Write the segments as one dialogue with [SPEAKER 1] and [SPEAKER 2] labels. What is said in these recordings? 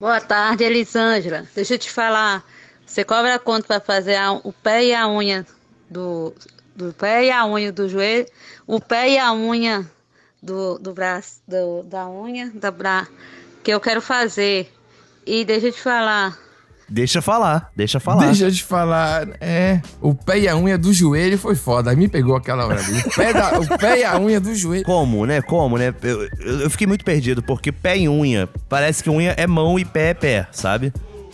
[SPEAKER 1] Boa tarde, Elisângela. Deixa eu te falar. Você cobra quanto para fazer a- o pé e a unha do, do pé e a unha do joelho, o pé e a unha do, do braço, do- da unha, da bra, que eu quero fazer. E deixa eu te falar.
[SPEAKER 2] Deixa falar, deixa falar.
[SPEAKER 3] Deixa eu te falar, é. O pé e a unha do joelho foi foda. Aí me pegou aquela hora ali. O pé, da- o pé e a unha do joelho.
[SPEAKER 2] Como, né? Como, né? Eu, eu- eu fiquei muito perdido, porque pé e unha, parece que unha é mão e pé é pé, sabe?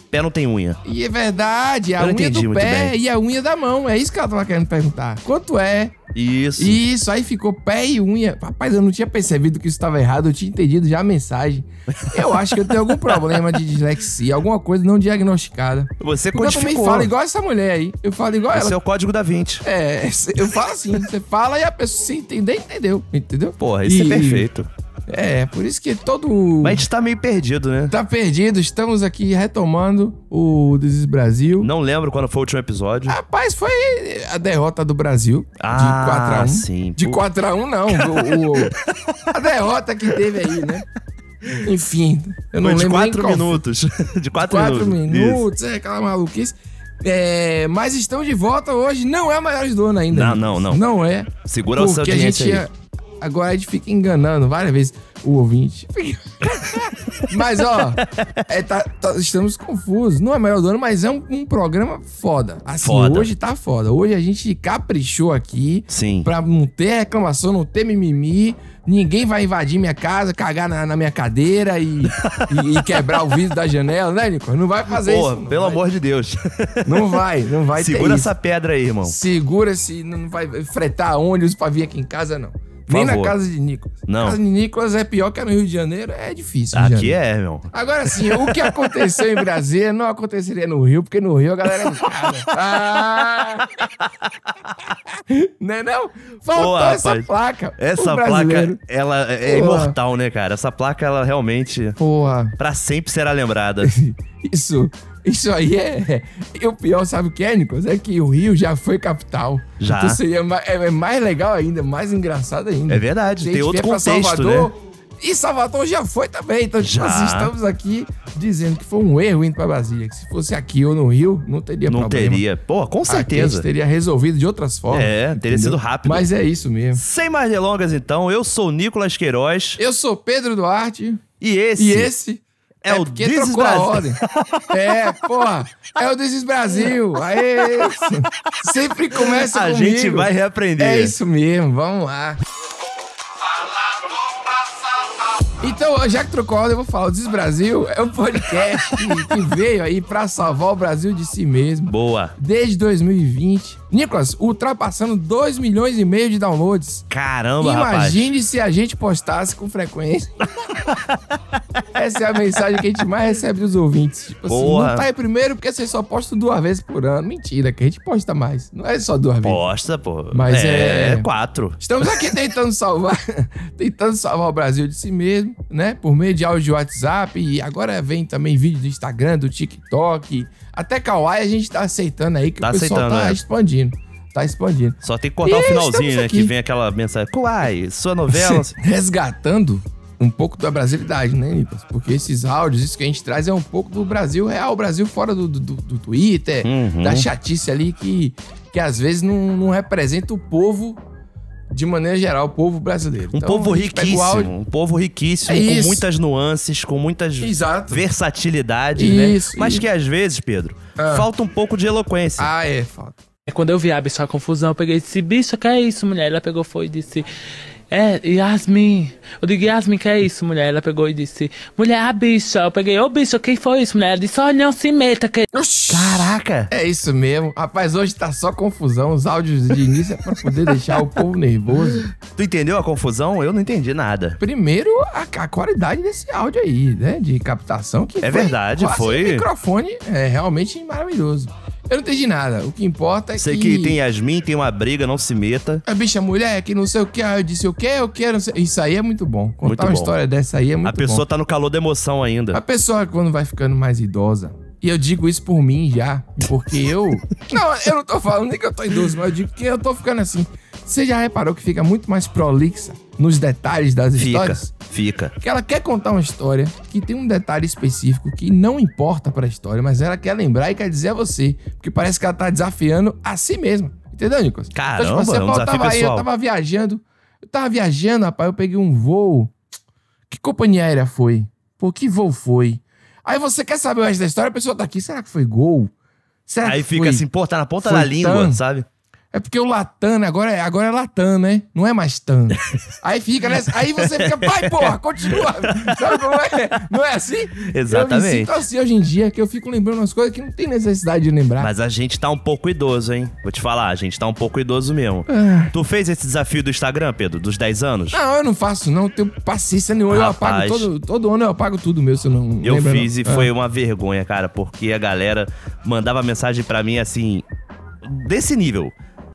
[SPEAKER 2] Pé não tem unha.
[SPEAKER 3] E é verdade, a
[SPEAKER 2] Eu não
[SPEAKER 3] unha
[SPEAKER 2] entendi
[SPEAKER 3] do
[SPEAKER 2] muito
[SPEAKER 3] pé
[SPEAKER 2] bem.
[SPEAKER 3] e a unha da mão. É isso que ela tava querendo perguntar. Quanto é?
[SPEAKER 2] Isso.
[SPEAKER 3] Isso, aí ficou pé e unha. Rapaz, eu não tinha percebido que isso estava errado, eu tinha entendido já a mensagem. Eu acho que eu tenho algum problema de dislexia, alguma coisa não diagnosticada.
[SPEAKER 2] Você
[SPEAKER 3] Porque eu também
[SPEAKER 2] codificou.
[SPEAKER 3] falo igual essa mulher aí. Eu falo igual
[SPEAKER 2] Esse
[SPEAKER 3] ela.
[SPEAKER 2] é o código da 20.
[SPEAKER 3] É, eu falo assim, você fala e a pessoa se entender, entendeu. Entendeu?
[SPEAKER 2] Porra, isso
[SPEAKER 3] E-
[SPEAKER 2] é perfeito.
[SPEAKER 3] É, por isso que todo.
[SPEAKER 2] Mas a gente tá meio perdido, né?
[SPEAKER 3] Tá perdido, estamos aqui retomando o Desis Brasil.
[SPEAKER 2] Não lembro quando foi o último episódio.
[SPEAKER 3] Rapaz, foi a derrota do Brasil
[SPEAKER 2] Ah,
[SPEAKER 3] de 4x1.
[SPEAKER 2] sim.
[SPEAKER 3] De 4x1, não. o- o- a derrota que teve aí, né? Enfim, eu não
[SPEAKER 2] foi de
[SPEAKER 3] lembro nem
[SPEAKER 2] 4
[SPEAKER 3] qual foi.
[SPEAKER 2] minutos. de 4
[SPEAKER 3] Quatro
[SPEAKER 2] minutos. Isso.
[SPEAKER 3] minutos, é aquela maluquice. É, mas estamos de volta hoje. Não é o maior dono ainda.
[SPEAKER 2] Não, não,
[SPEAKER 3] amigos.
[SPEAKER 2] não.
[SPEAKER 3] Não é.
[SPEAKER 2] Segura o seu
[SPEAKER 3] Porque a gente
[SPEAKER 2] audiência aí.
[SPEAKER 3] ia- agora a gente fica enganando várias vezes o ouvinte. mas, ó, é, tá- tá- estamos confusos. Não é maior do ano, mas é um, um programa foda. Assim,
[SPEAKER 2] Foda.
[SPEAKER 3] hoje tá foda. Hoje a gente caprichou aqui
[SPEAKER 2] Sim.
[SPEAKER 3] pra não ter reclamação, não ter mimimi. Ninguém vai invadir minha casa, cagar na, na minha cadeira e, e- e quebrar o vidro da janela, né, Nico? Não vai fazer
[SPEAKER 2] Porra,
[SPEAKER 3] isso. não
[SPEAKER 2] pelo
[SPEAKER 3] vai.
[SPEAKER 2] amor de Deus.
[SPEAKER 3] Não vai, não vai ter
[SPEAKER 2] Segura
[SPEAKER 3] isso.
[SPEAKER 2] essa pedra aí, irmão.
[SPEAKER 3] Segura-se, não vai fretar ônibus pra vir aqui em casa, não. Nem na
[SPEAKER 2] favor.
[SPEAKER 3] casa de Nicolas.
[SPEAKER 2] Não.
[SPEAKER 3] Casa de Nicolas é pior que a no Rio de Janeiro, é difícil. Rio de
[SPEAKER 2] Aqui
[SPEAKER 3] Janeiro.
[SPEAKER 2] é, meu.
[SPEAKER 3] Agora sim, o que aconteceu em Brasília não aconteceria no Rio, porque no Rio a galera é educada. Ah! Não é não? Faltou
[SPEAKER 2] Pô,
[SPEAKER 3] essa
[SPEAKER 2] rapaz.
[SPEAKER 3] placa.
[SPEAKER 2] Essa
[SPEAKER 3] O
[SPEAKER 2] placa,
[SPEAKER 3] brasileiro.
[SPEAKER 2] ela é
[SPEAKER 3] Porra.
[SPEAKER 2] imortal, né, cara? Essa placa, ela realmente,
[SPEAKER 3] Porra,
[SPEAKER 2] pra sempre será lembrada.
[SPEAKER 3] isso, isso aí é... E o pior, sabe o que é, Nicolas? É que o Rio já foi capital.
[SPEAKER 2] Já.
[SPEAKER 3] Então seria ma- é é mais legal ainda, mais engraçado ainda.
[SPEAKER 2] É verdade,
[SPEAKER 3] Se a
[SPEAKER 2] tem
[SPEAKER 3] gente
[SPEAKER 2] outro
[SPEAKER 3] vier pra
[SPEAKER 2] contexto,
[SPEAKER 3] Salvador,
[SPEAKER 2] né?
[SPEAKER 3] E Salvador já foi também. Então,
[SPEAKER 2] Já.
[SPEAKER 3] tipo assim, estamos aqui dizendo que foi um erro indo pra Brasília. Que se fosse aqui ou no Rio, não teria
[SPEAKER 2] Não
[SPEAKER 3] problema.
[SPEAKER 2] teria. Pô, com
[SPEAKER 3] Aqui é a gente
[SPEAKER 2] certeza.
[SPEAKER 3] teria resolvido de outras formas.
[SPEAKER 2] É, teria
[SPEAKER 3] entendeu?
[SPEAKER 2] sido rápido.
[SPEAKER 3] Mas é isso mesmo.
[SPEAKER 2] Sem mais delongas, então, eu sou o Nicolas Queiroz
[SPEAKER 3] Eu sou Pedro Duarte
[SPEAKER 2] e esse,
[SPEAKER 3] e esse...
[SPEAKER 2] é, o
[SPEAKER 3] porque
[SPEAKER 2] This is
[SPEAKER 3] trocou a
[SPEAKER 2] Brasil.
[SPEAKER 3] ordem. É, porra. É o This is Brasil. Aê! Sempre começa
[SPEAKER 2] A
[SPEAKER 3] comigo.
[SPEAKER 2] gente vai reaprender.
[SPEAKER 3] É isso mesmo, vamos lá. Então, já que trocou a ordem, eu vou falar. O Desbrasil é um podcast que, que veio aí pra salvar o Brasil de si mesmo.
[SPEAKER 2] Boa.
[SPEAKER 3] Desde 2020. Nicolas, ultrapassando 2 milhões e meio de downloads.
[SPEAKER 2] Caramba,
[SPEAKER 3] Imagine se a gente postasse com frequência. Essa é a mensagem que a gente mais recebe dos ouvintes. Tipo assim,
[SPEAKER 2] Porra.
[SPEAKER 3] não tá aí primeiro porque vocês só postam duas vezes por ano. Mentira, que a gente posta mais. Não é só duas
[SPEAKER 2] rapaz.
[SPEAKER 3] vezes.
[SPEAKER 2] Posta, pô.
[SPEAKER 3] Mas é-
[SPEAKER 2] quatro.
[SPEAKER 3] Estamos aqui tentando salvar, tentando salvar o Brasil de si mesmo, né? Por meio de áudio de WhatsApp e agora vem também vídeo do Instagram, do TikTok, até Kawaii a gente tá aceitando aí que
[SPEAKER 2] Tá
[SPEAKER 3] o pessoal
[SPEAKER 2] aceitando,
[SPEAKER 3] tá
[SPEAKER 2] é.
[SPEAKER 3] expandindo, tá expandindo.
[SPEAKER 2] Só tem que cortar
[SPEAKER 3] E
[SPEAKER 2] o finalzinho,
[SPEAKER 3] estamos
[SPEAKER 2] né?
[SPEAKER 3] aqui.
[SPEAKER 2] Que vem aquela mensagem. Uai, sua novela.
[SPEAKER 3] Resgatando um pouco da brasilidade, né, Nicolas? Porque esses áudios, isso que a gente traz é um pouco do Brasil real, o Brasil fora do, do, do Twitter,
[SPEAKER 2] Uhum.
[SPEAKER 3] da chatice ali que, que às vezes não, não representa o povo de maneira geral, o povo brasileiro.
[SPEAKER 2] Um
[SPEAKER 3] Então,
[SPEAKER 2] povo
[SPEAKER 3] a gente pega o áudio-
[SPEAKER 2] riquíssimo. Um povo riquíssimo,
[SPEAKER 3] É
[SPEAKER 2] com
[SPEAKER 3] isso.
[SPEAKER 2] muitas nuances, com muitas
[SPEAKER 3] Exato.
[SPEAKER 2] versatilidades,
[SPEAKER 3] Isso,
[SPEAKER 2] né? Mas
[SPEAKER 3] isso.
[SPEAKER 2] que às vezes, Pedro,
[SPEAKER 3] Ah.
[SPEAKER 2] falta um pouco de eloquência.
[SPEAKER 3] Ah, é, falta.
[SPEAKER 4] É, Quando eu vi a bicha a confusão, eu peguei e disse, bicha, que é isso, mulher? Ela pegou foi e disse, é, Yasmin. Eu digo, Yasmin, que é isso, mulher? Ela pegou e disse, mulher, a bicha. Eu peguei, ô bicha, quem foi isso, mulher? Ela disse, olha, não se meta, que...
[SPEAKER 3] Oxi!
[SPEAKER 2] Caraca!
[SPEAKER 3] É isso mesmo. Rapaz, hoje tá só confusão. Os áudios de início é pra poder deixar o povo nervoso.
[SPEAKER 2] Tu entendeu a confusão? Eu não entendi nada.
[SPEAKER 3] Primeiro, a, a qualidade desse áudio aí, né? De captação. Que
[SPEAKER 2] É verdade,
[SPEAKER 3] quase
[SPEAKER 2] foi.
[SPEAKER 3] um microfone é realmente maravilhoso. Eu não entendi nada. O que importa é
[SPEAKER 2] Sei
[SPEAKER 3] que...
[SPEAKER 2] que tem Yasmin, tem uma briga, não se meta.
[SPEAKER 3] A bicha mulher que não sei o que. Aí eu disse, o que? Eu quero... não sei- Isso aí é muito bom. Contar
[SPEAKER 2] Muito
[SPEAKER 3] uma
[SPEAKER 2] bom.
[SPEAKER 3] história dessa aí é muito
[SPEAKER 2] a pessoa
[SPEAKER 3] bom.
[SPEAKER 2] tá no calor da emoção
[SPEAKER 3] A
[SPEAKER 2] ainda.
[SPEAKER 3] pessoa quando vai ficando mais idosa... E eu digo isso por mim já, porque eu... Não, eu não tô falando nem que eu tô idoso, mas eu digo que eu tô ficando assim. Você já reparou que fica muito mais prolixa nos detalhes das
[SPEAKER 2] Fica,
[SPEAKER 3] histórias?
[SPEAKER 2] fica.
[SPEAKER 3] Que ela quer contar uma história que tem um detalhe específico que não importa pra história, mas ela quer lembrar e quer dizer a você. Porque parece que ela tá desafiando a si mesma. Entendeu, Nicolas?
[SPEAKER 2] Caramba, é um
[SPEAKER 3] pô, eu
[SPEAKER 2] desafio
[SPEAKER 3] tava aí, eu
[SPEAKER 2] pessoal.
[SPEAKER 3] tava viajando. Eu tava viajando, rapaz, eu peguei um voo. Que companhia aérea foi? Pô, que voo foi? Aí você quer saber o resto da história, a pessoa tá aqui, será que foi gol? Será
[SPEAKER 2] Aí
[SPEAKER 3] que
[SPEAKER 2] fica
[SPEAKER 3] foi?
[SPEAKER 2] assim, pô, tá na ponta
[SPEAKER 3] foi
[SPEAKER 2] da língua,
[SPEAKER 3] tan-
[SPEAKER 2] sabe?
[SPEAKER 3] É porque o Latam, agora é, agora é Latam, né? Não é mais TAN. Aí fica, né? Aí você fica, vai, porra, continua. Sabe como é? Não é assim? Eu me
[SPEAKER 2] Exatamente.
[SPEAKER 3] sinto assim hoje em dia, que eu fico lembrando umas coisas que não tem necessidade de lembrar.
[SPEAKER 2] Mas a gente tá um pouco idoso, hein? Vou te falar, a gente tá um pouco idoso mesmo.
[SPEAKER 3] Ah.
[SPEAKER 2] Tu fez esse desafio do Instagram, Pedro, dos 10 anos?
[SPEAKER 3] Não, eu não faço, não. Eu tenho paciência nenhuma.
[SPEAKER 2] Rapaz.
[SPEAKER 3] Eu apago todo, todo ano, eu apago tudo meu, se eu não
[SPEAKER 2] Eu
[SPEAKER 3] lembro,
[SPEAKER 2] fiz
[SPEAKER 3] não. É.
[SPEAKER 2] e foi uma vergonha, cara, porque a galera mandava mensagem pra mim assim, desse nível.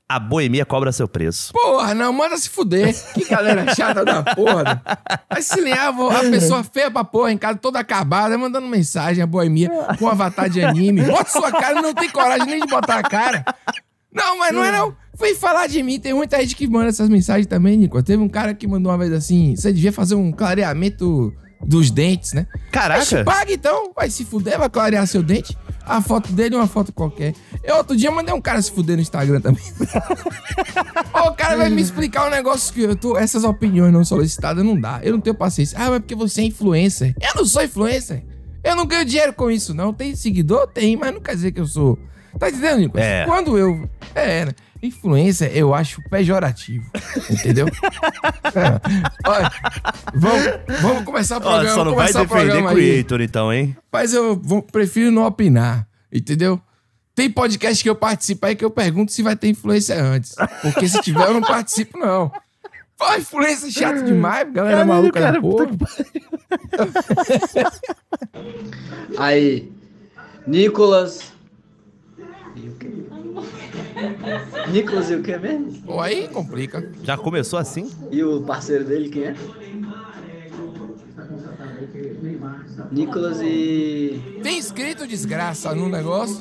[SPEAKER 2] A boemia cobra seu preço.
[SPEAKER 3] Porra, não, manda se fuder. Que galera chata da porra. Aí se ligava a pessoa feia pra porra em casa, toda acabada, mandando mensagem, a boemia, com avatar de anime. Bota sua cara, não tem coragem nem de botar a cara. Não, mas não é não. Vem falar de mim. Tem muita gente que manda essas mensagens também, Nico. Teve um cara que mandou uma vez assim, você devia fazer um clareamento dos dentes, né? Mas
[SPEAKER 2] Caraca!
[SPEAKER 3] paga então, vai se fuder, vai clarear seu dente. A foto dele é uma foto qualquer. Eu outro dia mandei um cara se fuder no Instagram também. Ó, o cara vai me explicar um negócio que eu tô. Essas opiniões não solicitadas não dá. Eu não tenho paciência. Ah, mas porque você é influencer. Eu não sou influencer. Eu não ganho dinheiro com isso, não. Tem seguidor? Tem, mas não quer dizer que eu sou. Tá entendendo, Nicolas?
[SPEAKER 2] É.
[SPEAKER 3] Quando eu. É, né? Influencer eu acho pejorativo. Entendeu? É. Olha, vamos, vamos começar o
[SPEAKER 2] Ó,
[SPEAKER 3] programa.
[SPEAKER 2] só não
[SPEAKER 3] vamos
[SPEAKER 2] vai
[SPEAKER 3] começar o
[SPEAKER 2] defender
[SPEAKER 3] programa aí.
[SPEAKER 2] Creator, então, hein?
[SPEAKER 3] Mas eu vou- prefiro não opinar, entendeu? Tem podcast que eu participo aí que eu pergunto se vai ter influência antes. Porque se tiver, eu não participo, não. Pô, influência é chato demais, galera
[SPEAKER 2] Caralho,
[SPEAKER 3] maluca
[SPEAKER 2] cara,
[SPEAKER 3] da porra.
[SPEAKER 5] Aí, Nicolas. E o quê? Nicolas e o que mesmo?
[SPEAKER 3] Pô, aí complica.
[SPEAKER 2] Já começou assim?
[SPEAKER 5] E o parceiro dele, quem é? Nicolas e.
[SPEAKER 3] Tem escrito desgraça no negócio.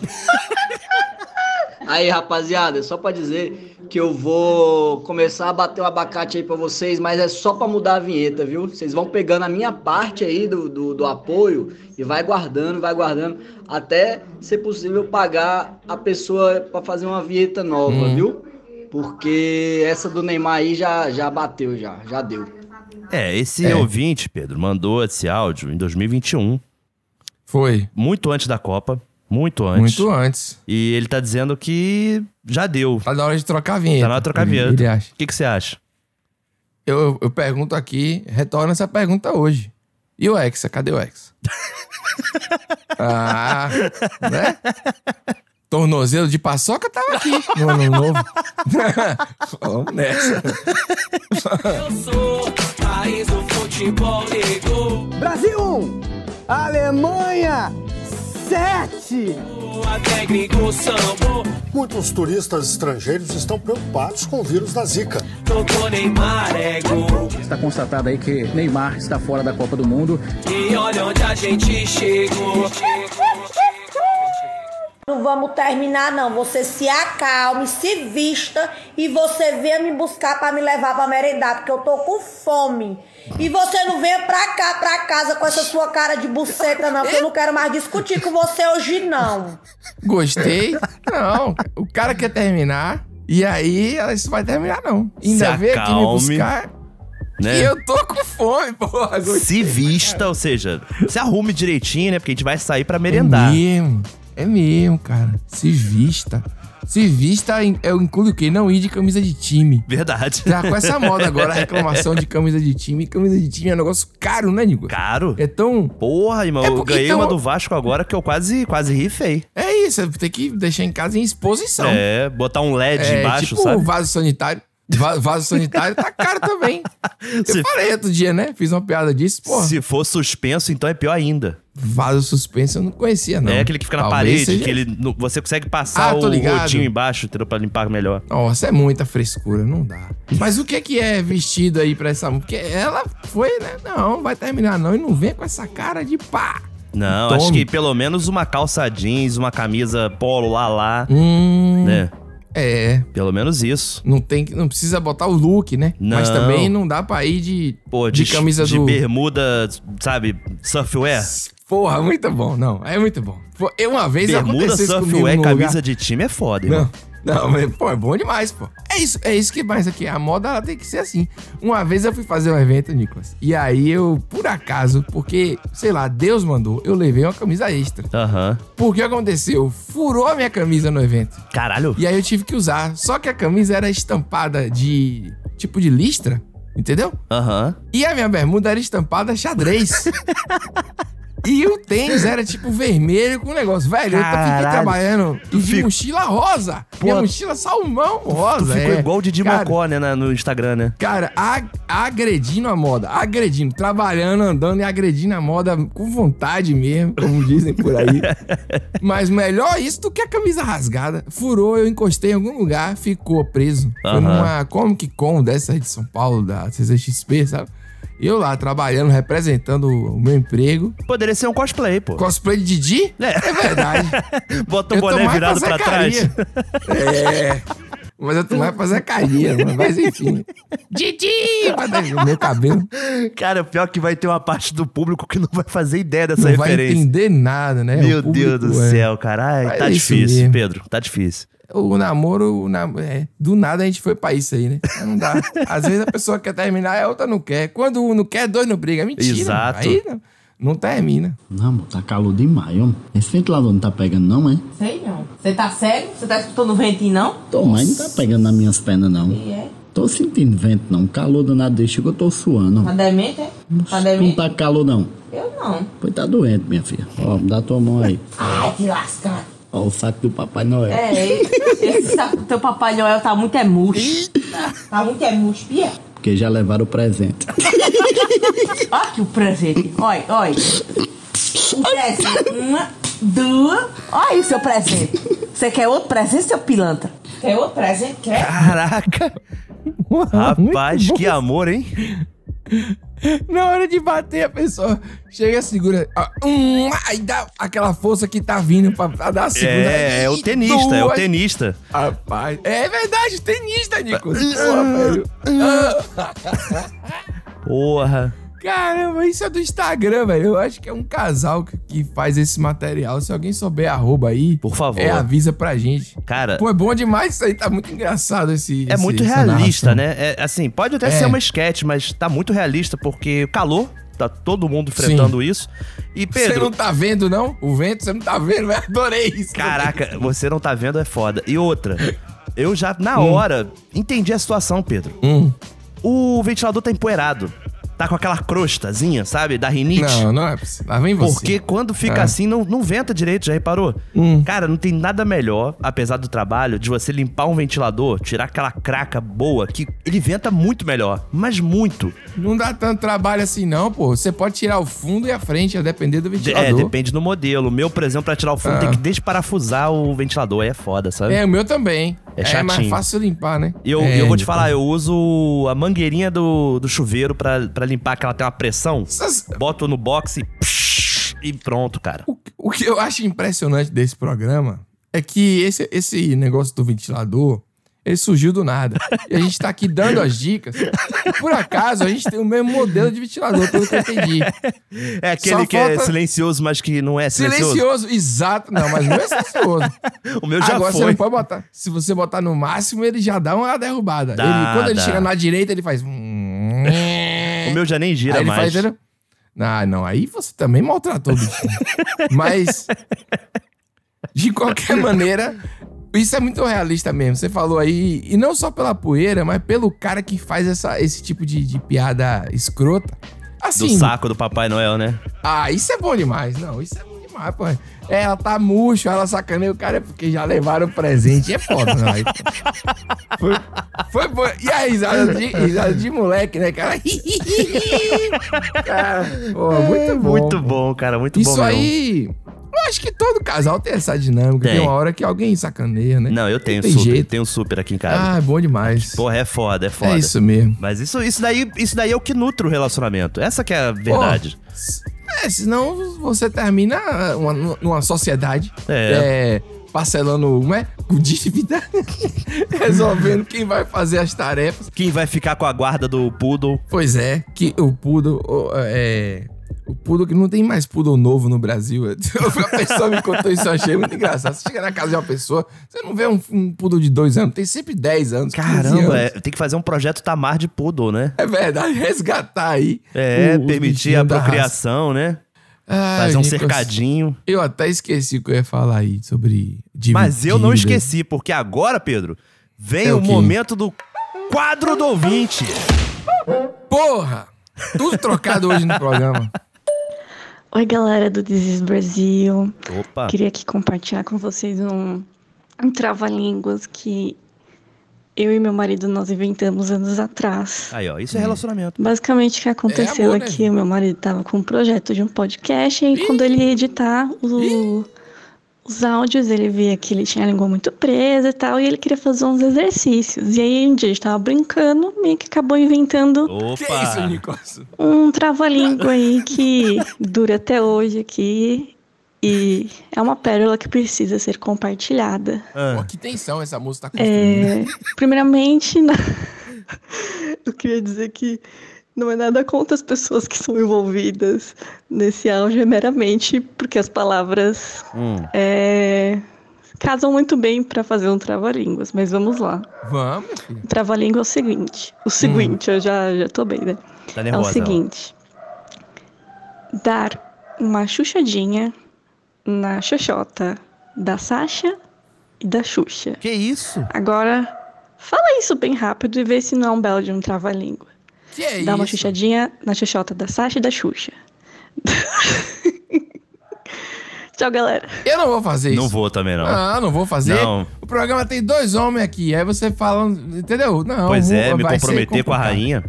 [SPEAKER 5] Aí, rapaziada, só pra dizer que eu vou começar a bater o abacate aí pra vocês, mas é só pra mudar a vinheta, viu? Vocês vão pegando a minha parte aí do, do, do apoio e vai guardando, vai guardando, até ser possível pagar a pessoa pra fazer uma vinheta nova,
[SPEAKER 3] Hum.
[SPEAKER 5] viu? Porque essa do Neymar aí já, já bateu, já, já deu.
[SPEAKER 2] É, esse
[SPEAKER 3] É.
[SPEAKER 2] ouvinte, Pedro, mandou esse áudio em 2021,
[SPEAKER 3] Foi.
[SPEAKER 2] muito antes da Copa, muito antes.
[SPEAKER 3] Muito antes.
[SPEAKER 2] E ele tá dizendo que já deu.
[SPEAKER 3] Tá na hora de trocar a vinheta.
[SPEAKER 2] Tá na hora de trocar a vinheta.
[SPEAKER 3] Ele, ele acha.
[SPEAKER 2] O que que você acha?
[SPEAKER 3] Eu, eu pergunto aqui, retorno essa pergunta hoje. E o Hexa? Cadê o Hexa? ah, né? Tornozelo de paçoca tava aqui no ano novo. Vamos nessa.
[SPEAKER 6] Brasil 1, Alemanha 7.
[SPEAKER 7] Muitos turistas estrangeiros estão preocupados com o vírus da Zika.
[SPEAKER 6] Está constatado aí que Neymar está fora da Copa do Mundo.
[SPEAKER 8] Não vamos terminar, não. Você se acalme, se vista e você venha me buscar pra me levar pra merendar, porque eu tô com fome. E você não venha pra cá, pra casa, com essa sua cara de buceta, não, porque eu não quero mais discutir com você hoje, não.
[SPEAKER 3] Gostei. Não, o cara quer terminar. E aí, ela- isso vai terminar, não. Ainda
[SPEAKER 2] Se
[SPEAKER 3] veio aqui me
[SPEAKER 2] acalme,
[SPEAKER 3] buscar.
[SPEAKER 2] Né?
[SPEAKER 3] E eu tô com fome, porra. Gostei.
[SPEAKER 2] Se vista, ou seja, se arrume direitinho, né? Porque a gente vai sair pra merendar.
[SPEAKER 3] É mesmo, é mesmo, cara. Se vista. Se vista, in- eu incluo o quê? Não ir de camisa de time.
[SPEAKER 2] Verdade.
[SPEAKER 3] Já Tá com essa moda agora, a reclamação de camisa de time. Camisa de time é um negócio caro, né, Nico?
[SPEAKER 2] Caro.
[SPEAKER 3] É tão.
[SPEAKER 2] Porra, irmão,
[SPEAKER 3] É
[SPEAKER 2] eu
[SPEAKER 3] porque
[SPEAKER 2] ganhei
[SPEAKER 3] então-
[SPEAKER 2] uma do Vasco agora que eu quase, quase rifei.
[SPEAKER 3] É isso, tem que deixar em casa em exposição.
[SPEAKER 2] É, botar um LED
[SPEAKER 3] Então. É,
[SPEAKER 2] embaixo,
[SPEAKER 3] tipo
[SPEAKER 2] sabe?
[SPEAKER 3] vaso sanitário. Va- vaso sanitário tá caro também.
[SPEAKER 2] Se-
[SPEAKER 3] Eu falei outro dia, né? Fiz uma piada disso. Pô,
[SPEAKER 2] Se for suspenso, então é pior ainda.
[SPEAKER 3] vaso suspenso eu não conhecia, não.
[SPEAKER 2] é aquele que fica na
[SPEAKER 3] Talvez
[SPEAKER 2] parede,
[SPEAKER 3] seja-
[SPEAKER 2] que ele, não- você consegue passar
[SPEAKER 3] Ah, tô
[SPEAKER 2] o
[SPEAKER 3] ligado.
[SPEAKER 2] rodinho embaixo, entendeu? Pra limpar melhor.
[SPEAKER 3] Nossa, é muita frescura, não dá. Mas o que que é vestido aí pra essa... Porque ela foi, né? Não, vai terminar não. E não vem com essa cara de pá.
[SPEAKER 2] Não,
[SPEAKER 3] Tome.
[SPEAKER 2] acho que pelo menos uma calça jeans, uma camisa polo lá lá,
[SPEAKER 3] Hum...
[SPEAKER 2] né?
[SPEAKER 3] É,
[SPEAKER 2] Pelo menos isso.
[SPEAKER 3] não tem, que- não precisa botar o look, né? Mas
[SPEAKER 2] Não.
[SPEAKER 3] também não dá pra ir de,
[SPEAKER 2] Pô,
[SPEAKER 3] de,
[SPEAKER 2] de,
[SPEAKER 3] camisa
[SPEAKER 2] de
[SPEAKER 3] do... É.
[SPEAKER 2] bermuda, sabe, surfwear.
[SPEAKER 3] Porra, muito bom. Não, é muito bom. Pô, eu uma vez
[SPEAKER 2] Bermuda,
[SPEAKER 3] aconteceu isso comigo
[SPEAKER 2] surfwear,
[SPEAKER 3] num
[SPEAKER 2] camisa
[SPEAKER 3] lugar...
[SPEAKER 2] de time é foda, irmão.
[SPEAKER 3] Não, não, mas, pô, é bom demais, pô. É isso, é isso que mais aqui. A moda ela tem que ser assim. Uma vez eu fui fazer um evento, Nicolas. E aí eu, por acaso, porque, sei lá, Deus mandou, eu levei uma camisa extra.
[SPEAKER 2] Aham.
[SPEAKER 3] Porque aconteceu? Furou a minha camisa no evento.
[SPEAKER 2] Caralho.
[SPEAKER 3] E aí eu tive que usar. Só que a camisa era estampada de. tipo de listra, entendeu?
[SPEAKER 2] Aham.
[SPEAKER 3] E a minha bermuda era estampada xadrez. e o tênis era tipo vermelho com negócio. Velho, eu fiquei
[SPEAKER 2] Caralho.
[SPEAKER 3] trabalhando e de
[SPEAKER 2] Fico-
[SPEAKER 3] mochila rosa. minha
[SPEAKER 2] Pô,
[SPEAKER 3] mochila salmão rosa.
[SPEAKER 2] Tu ficou
[SPEAKER 3] é.
[SPEAKER 2] igual o Didi
[SPEAKER 3] Cara,
[SPEAKER 2] Mocó, né, na- no Instagram, né?
[SPEAKER 3] Cara, ag- agredindo a moda, agredindo, trabalhando, andando e agredindo a moda com vontade mesmo, como dizem por aí. Mas melhor isso do que a camisa rasgada. Furou, eu encostei em algum lugar, ficou preso. Foi
[SPEAKER 2] Aham.
[SPEAKER 3] numa Comic Con dessa de São Paulo, da CCXP, sabe? Eu lá trabalhando, representando o meu emprego.
[SPEAKER 2] Poderia ser um cosplay, pô.
[SPEAKER 3] Cosplay de Didi?
[SPEAKER 2] É.
[SPEAKER 3] É verdade.
[SPEAKER 2] Bota o
[SPEAKER 3] tô
[SPEAKER 2] boné
[SPEAKER 3] mais
[SPEAKER 2] virado pra trás.
[SPEAKER 3] Zecaria. É. Mas eu tô mais pra Zecaria, mano. Mas enfim. Didi! O meu cabelo
[SPEAKER 2] Cara, o pior é que vai ter uma parte do público que não vai fazer ideia dessa
[SPEAKER 3] não vai
[SPEAKER 2] é referência.
[SPEAKER 3] entender nada, né?
[SPEAKER 2] Meu
[SPEAKER 3] O público,
[SPEAKER 2] Deus do
[SPEAKER 3] é.
[SPEAKER 2] céu, caralho.
[SPEAKER 3] Mas
[SPEAKER 2] tá
[SPEAKER 3] é isso
[SPEAKER 2] difícil,
[SPEAKER 3] mesmo.
[SPEAKER 2] Pedro. Tá difícil.
[SPEAKER 3] O namoro, o nam- é, do nada a gente foi pra isso aí, né? Não dá. Às vezes a pessoa quer terminar, a outra não quer. Quando um não quer, dois não brigam. Mentira.
[SPEAKER 2] Exato.
[SPEAKER 3] Aí não, não termina.
[SPEAKER 6] Não, amor, tá calor demais, homem. Esse ventilador não tá pegando, não, é?
[SPEAKER 9] Sei não. Você tá sério? Você tá escutando o ventinho, não?
[SPEAKER 6] Tô, mas não tá pegando nas minhas pernas, não.
[SPEAKER 9] E é?
[SPEAKER 6] Tô sentindo vento, não. Calor danado desse que eu tô suando.
[SPEAKER 9] Tá
[SPEAKER 6] ó.
[SPEAKER 9] demente, é? Tá
[SPEAKER 6] Não
[SPEAKER 9] demente?
[SPEAKER 6] tá calor, não.
[SPEAKER 9] Eu não.
[SPEAKER 6] Pois tá doente, minha filha. Ó, dá tua mão aí.
[SPEAKER 9] Ai, que lascado.
[SPEAKER 6] Ó, o saco do Papai Noel.
[SPEAKER 9] É, esse esse saco- teu Papai Noel tá muito é murcho. Tá muito é murcho, Pia.
[SPEAKER 6] Porque já levaram o presente.
[SPEAKER 9] Olha aqui o presente. Olha, olha. O presente. Uma, duas. Olha aí o seu presente. Você quer outro presente, seu pilantra? Quer outro presente? Quer?
[SPEAKER 2] Caraca. Rapaz, que amor, hein?
[SPEAKER 3] Na hora de bater, a pessoa chega, segura. ó, um, aí dá aquela força que tá vindo pra, pra dar a segunda.
[SPEAKER 2] É, é o
[SPEAKER 3] E
[SPEAKER 2] tenista, é o
[SPEAKER 3] duas.
[SPEAKER 2] tenista.
[SPEAKER 3] Rapaz. É verdade, tenista,
[SPEAKER 2] Ah.
[SPEAKER 3] Nicolas. Porra, velho.
[SPEAKER 2] Porra.
[SPEAKER 3] Caramba, isso é do Instagram, velho. Eu acho que é um casal que- que faz esse material. Se alguém souber arroba aí,
[SPEAKER 2] Por favor.
[SPEAKER 3] é, avisa pra gente.
[SPEAKER 2] Cara,
[SPEAKER 3] Pô, é bom demais isso aí. Tá muito engraçado esse.
[SPEAKER 2] é muito realista, né? É, assim, pode até
[SPEAKER 3] É.
[SPEAKER 2] ser uma sketch, mas tá muito realista porque o calor, tá todo mundo enfrentando isso. E
[SPEAKER 3] Você
[SPEAKER 2] Pedro,
[SPEAKER 3] não tá vendo, não? O vento, você não tá vendo? Eu adorei isso.
[SPEAKER 2] caraca, você não tá vendo é foda. E outra, eu já na hora entendi a situação, Pedro.
[SPEAKER 3] Hum.
[SPEAKER 2] O ventilador tá empoeirado. Tá com aquela crostazinha, sabe? Da rinite.
[SPEAKER 3] Não, não é possível. Lá vem você.
[SPEAKER 2] Porque quando fica
[SPEAKER 3] É. Hum.
[SPEAKER 2] assim, não, não venta direito, já reparou? Cara, não tem nada melhor, apesar do trabalho, de você limpar um ventilador, tirar aquela craca boa, que ele venta muito melhor. Mas muito.
[SPEAKER 3] Não dá tanto trabalho assim, não, pô. Você pode tirar o fundo e a frente, a depender do
[SPEAKER 2] De-
[SPEAKER 3] ventilador. Ah.
[SPEAKER 2] é, depende do modelo. O meu, por exemplo, pra tirar o fundo, tem que desparafusar o ventilador. Aí é foda, sabe?
[SPEAKER 3] É, o meu também.
[SPEAKER 2] É
[SPEAKER 3] mais
[SPEAKER 2] chatinho.
[SPEAKER 3] fácil limpar, né?
[SPEAKER 2] E eu,
[SPEAKER 3] É,
[SPEAKER 2] eu vou te falar, eu uso a mangueirinha do, do chuveiro pra, pra limpar, que ela tem uma pressão.
[SPEAKER 3] Essas-
[SPEAKER 2] Boto no box e... psh, e pronto, cara.
[SPEAKER 3] O, o que eu acho impressionante desse programa é que esse, esse negócio do ventilador, ele surgiu do nada. E a gente tá aqui dando as dicas. E por acaso, a gente tem o mesmo modelo de ventilador, pelo que eu entendi.
[SPEAKER 2] É aquele
[SPEAKER 3] Só
[SPEAKER 2] que é
[SPEAKER 3] falta-
[SPEAKER 2] silencioso, mas que não é silencioso.
[SPEAKER 3] Silencioso, exato. Não, mas não é silencioso.
[SPEAKER 2] O meu já
[SPEAKER 3] Agora
[SPEAKER 2] foi.
[SPEAKER 3] você não pode botar. Se você botar no máximo, ele já dá uma derrubada.
[SPEAKER 2] Dá,
[SPEAKER 3] Ele- quando ele
[SPEAKER 2] dá.
[SPEAKER 3] chega na direita, ele faz. um
[SPEAKER 2] O meu já nem gira
[SPEAKER 3] aí ele
[SPEAKER 2] mais.
[SPEAKER 3] faz. entendeu? Ah, não, aí você também maltratou o bicho. Mas, de qualquer maneira, isso é muito realista mesmo. Você falou aí, e não só pela poeira, mas pelo cara que faz essa, esse tipo de, de piada escrota.
[SPEAKER 2] Do
[SPEAKER 3] Assim,
[SPEAKER 2] saco do Papai Noel, né?
[SPEAKER 3] ah, isso é bom demais. Não, isso é bom demais, pô. É, ela tá murcho, ela sacaneia o cara é porque já levaram o presente. É foda, né? Aí- Foi, foi bom. E a risada de, risada de moleque, né, cara? cara pô, muito bom.
[SPEAKER 2] É, Muito bom, cara. Muito
[SPEAKER 3] Isso
[SPEAKER 2] bom mesmo.
[SPEAKER 3] aí... Eu acho que todo casal tem essa dinâmica. Tem,
[SPEAKER 2] Tem.
[SPEAKER 3] uma hora que alguém sacaneia, né?
[SPEAKER 2] Não, eu tenho
[SPEAKER 3] tem
[SPEAKER 2] super.
[SPEAKER 3] jeito.
[SPEAKER 2] Tenho super aqui em casa.
[SPEAKER 3] Ah, é bom demais.
[SPEAKER 2] Porra, é foda, é foda.
[SPEAKER 3] é isso mesmo.
[SPEAKER 2] Mas isso, isso, daí, isso daí é o que nutre o relacionamento. Essa que é a verdade.
[SPEAKER 3] É, senão você termina uma- numa sociedade
[SPEAKER 2] É.
[SPEAKER 3] é, parcelando não é? com dívida, resolvendo quem vai fazer as tarefas.
[SPEAKER 2] Quem vai ficar com a guarda do poodle?
[SPEAKER 3] Pois é, que o poodle o, é. O poodle que não tem mais poodle novo no Brasil. A pessoa me contou isso, eu achei muito engraçado. Você chega na casa de uma pessoa, você não vê um, um poodle de dois anos, tem sempre 10 anos. 15
[SPEAKER 2] Caramba,
[SPEAKER 3] anos.
[SPEAKER 2] é, tem que fazer um projeto Tamar de poodle, né?
[SPEAKER 3] É verdade, resgatar aí.
[SPEAKER 2] É,
[SPEAKER 3] o- os
[SPEAKER 2] permitir
[SPEAKER 3] bichinhos
[SPEAKER 2] a
[SPEAKER 3] da raça.
[SPEAKER 2] procriação, né?
[SPEAKER 3] Ai,
[SPEAKER 2] Fazer um
[SPEAKER 3] Nicolas,
[SPEAKER 2] cercadinho.
[SPEAKER 3] Eu até esqueci o que eu ia falar aí sobre. dívida-
[SPEAKER 2] Mas eu não
[SPEAKER 3] dívida.
[SPEAKER 2] esqueci, porque agora, Pedro, vem
[SPEAKER 3] É
[SPEAKER 2] o
[SPEAKER 3] o quê?
[SPEAKER 2] momento do quadro do ouvinte.
[SPEAKER 3] Porra! Tudo trocado hoje no programa.
[SPEAKER 10] Oi, galera do This is Brasil.
[SPEAKER 6] Ah.
[SPEAKER 2] Opa.
[SPEAKER 10] Queria aqui compartilhar com vocês um, um trava-línguas que eu e meu marido nós inventamos anos atrás.
[SPEAKER 2] Aí, ó, isso é relacionamento.
[SPEAKER 10] Basicamente, o que aconteceu
[SPEAKER 3] amor,
[SPEAKER 10] é,
[SPEAKER 3] né,
[SPEAKER 10] que o meu marido estava com um projeto de um podcast e quando ele ia editar o- os áudios, ele via que ele tinha a língua muito presa e tal, e ele queria fazer uns exercícios. E aí, um dia, a gente tava brincando, meio que acabou inventando
[SPEAKER 2] Opa.
[SPEAKER 3] Que isso, Nicolas?
[SPEAKER 10] um trava-língua aí que dura até hoje aqui e é uma pérola que precisa ser compartilhada.
[SPEAKER 2] Ah.
[SPEAKER 3] Pô, que tensão essa música tá construindo.
[SPEAKER 10] É, primeiramente, na- eu queria dizer que não é nada contra as pessoas que são envolvidas nesse auge, é meramente porque as palavras
[SPEAKER 2] Hum.
[SPEAKER 10] é, casam muito bem para fazer um trava-línguas, mas vamos lá.
[SPEAKER 3] Vamos, minha filha.
[SPEAKER 10] O trava-língua é o seguinte, o seguinte, eu já, já tô bem, né? É
[SPEAKER 2] Tá
[SPEAKER 10] o
[SPEAKER 2] nervosa. ela.
[SPEAKER 10] seguinte: dar uma chuchadinha na xoxota da Sasha e da Xuxa.
[SPEAKER 2] Que isso?
[SPEAKER 10] Agora, fala isso bem rápido e vê se não é um belo de um trava-língua.
[SPEAKER 3] Que é
[SPEAKER 10] Dá uma
[SPEAKER 3] isso?
[SPEAKER 10] chuchadinha na xoxota da Sasha e da Xuxa. Tchau, galera.
[SPEAKER 3] Eu não vou fazer isso.
[SPEAKER 2] Não vou também, não.
[SPEAKER 3] Ah, não vou fazer.
[SPEAKER 2] Não.
[SPEAKER 3] O programa tem dois homens aqui. Aí você falando, entendeu? Não.
[SPEAKER 2] pois é,
[SPEAKER 3] vou-
[SPEAKER 2] me
[SPEAKER 3] vai ser
[SPEAKER 2] comprometer com a
[SPEAKER 3] complicado.
[SPEAKER 2] rainha.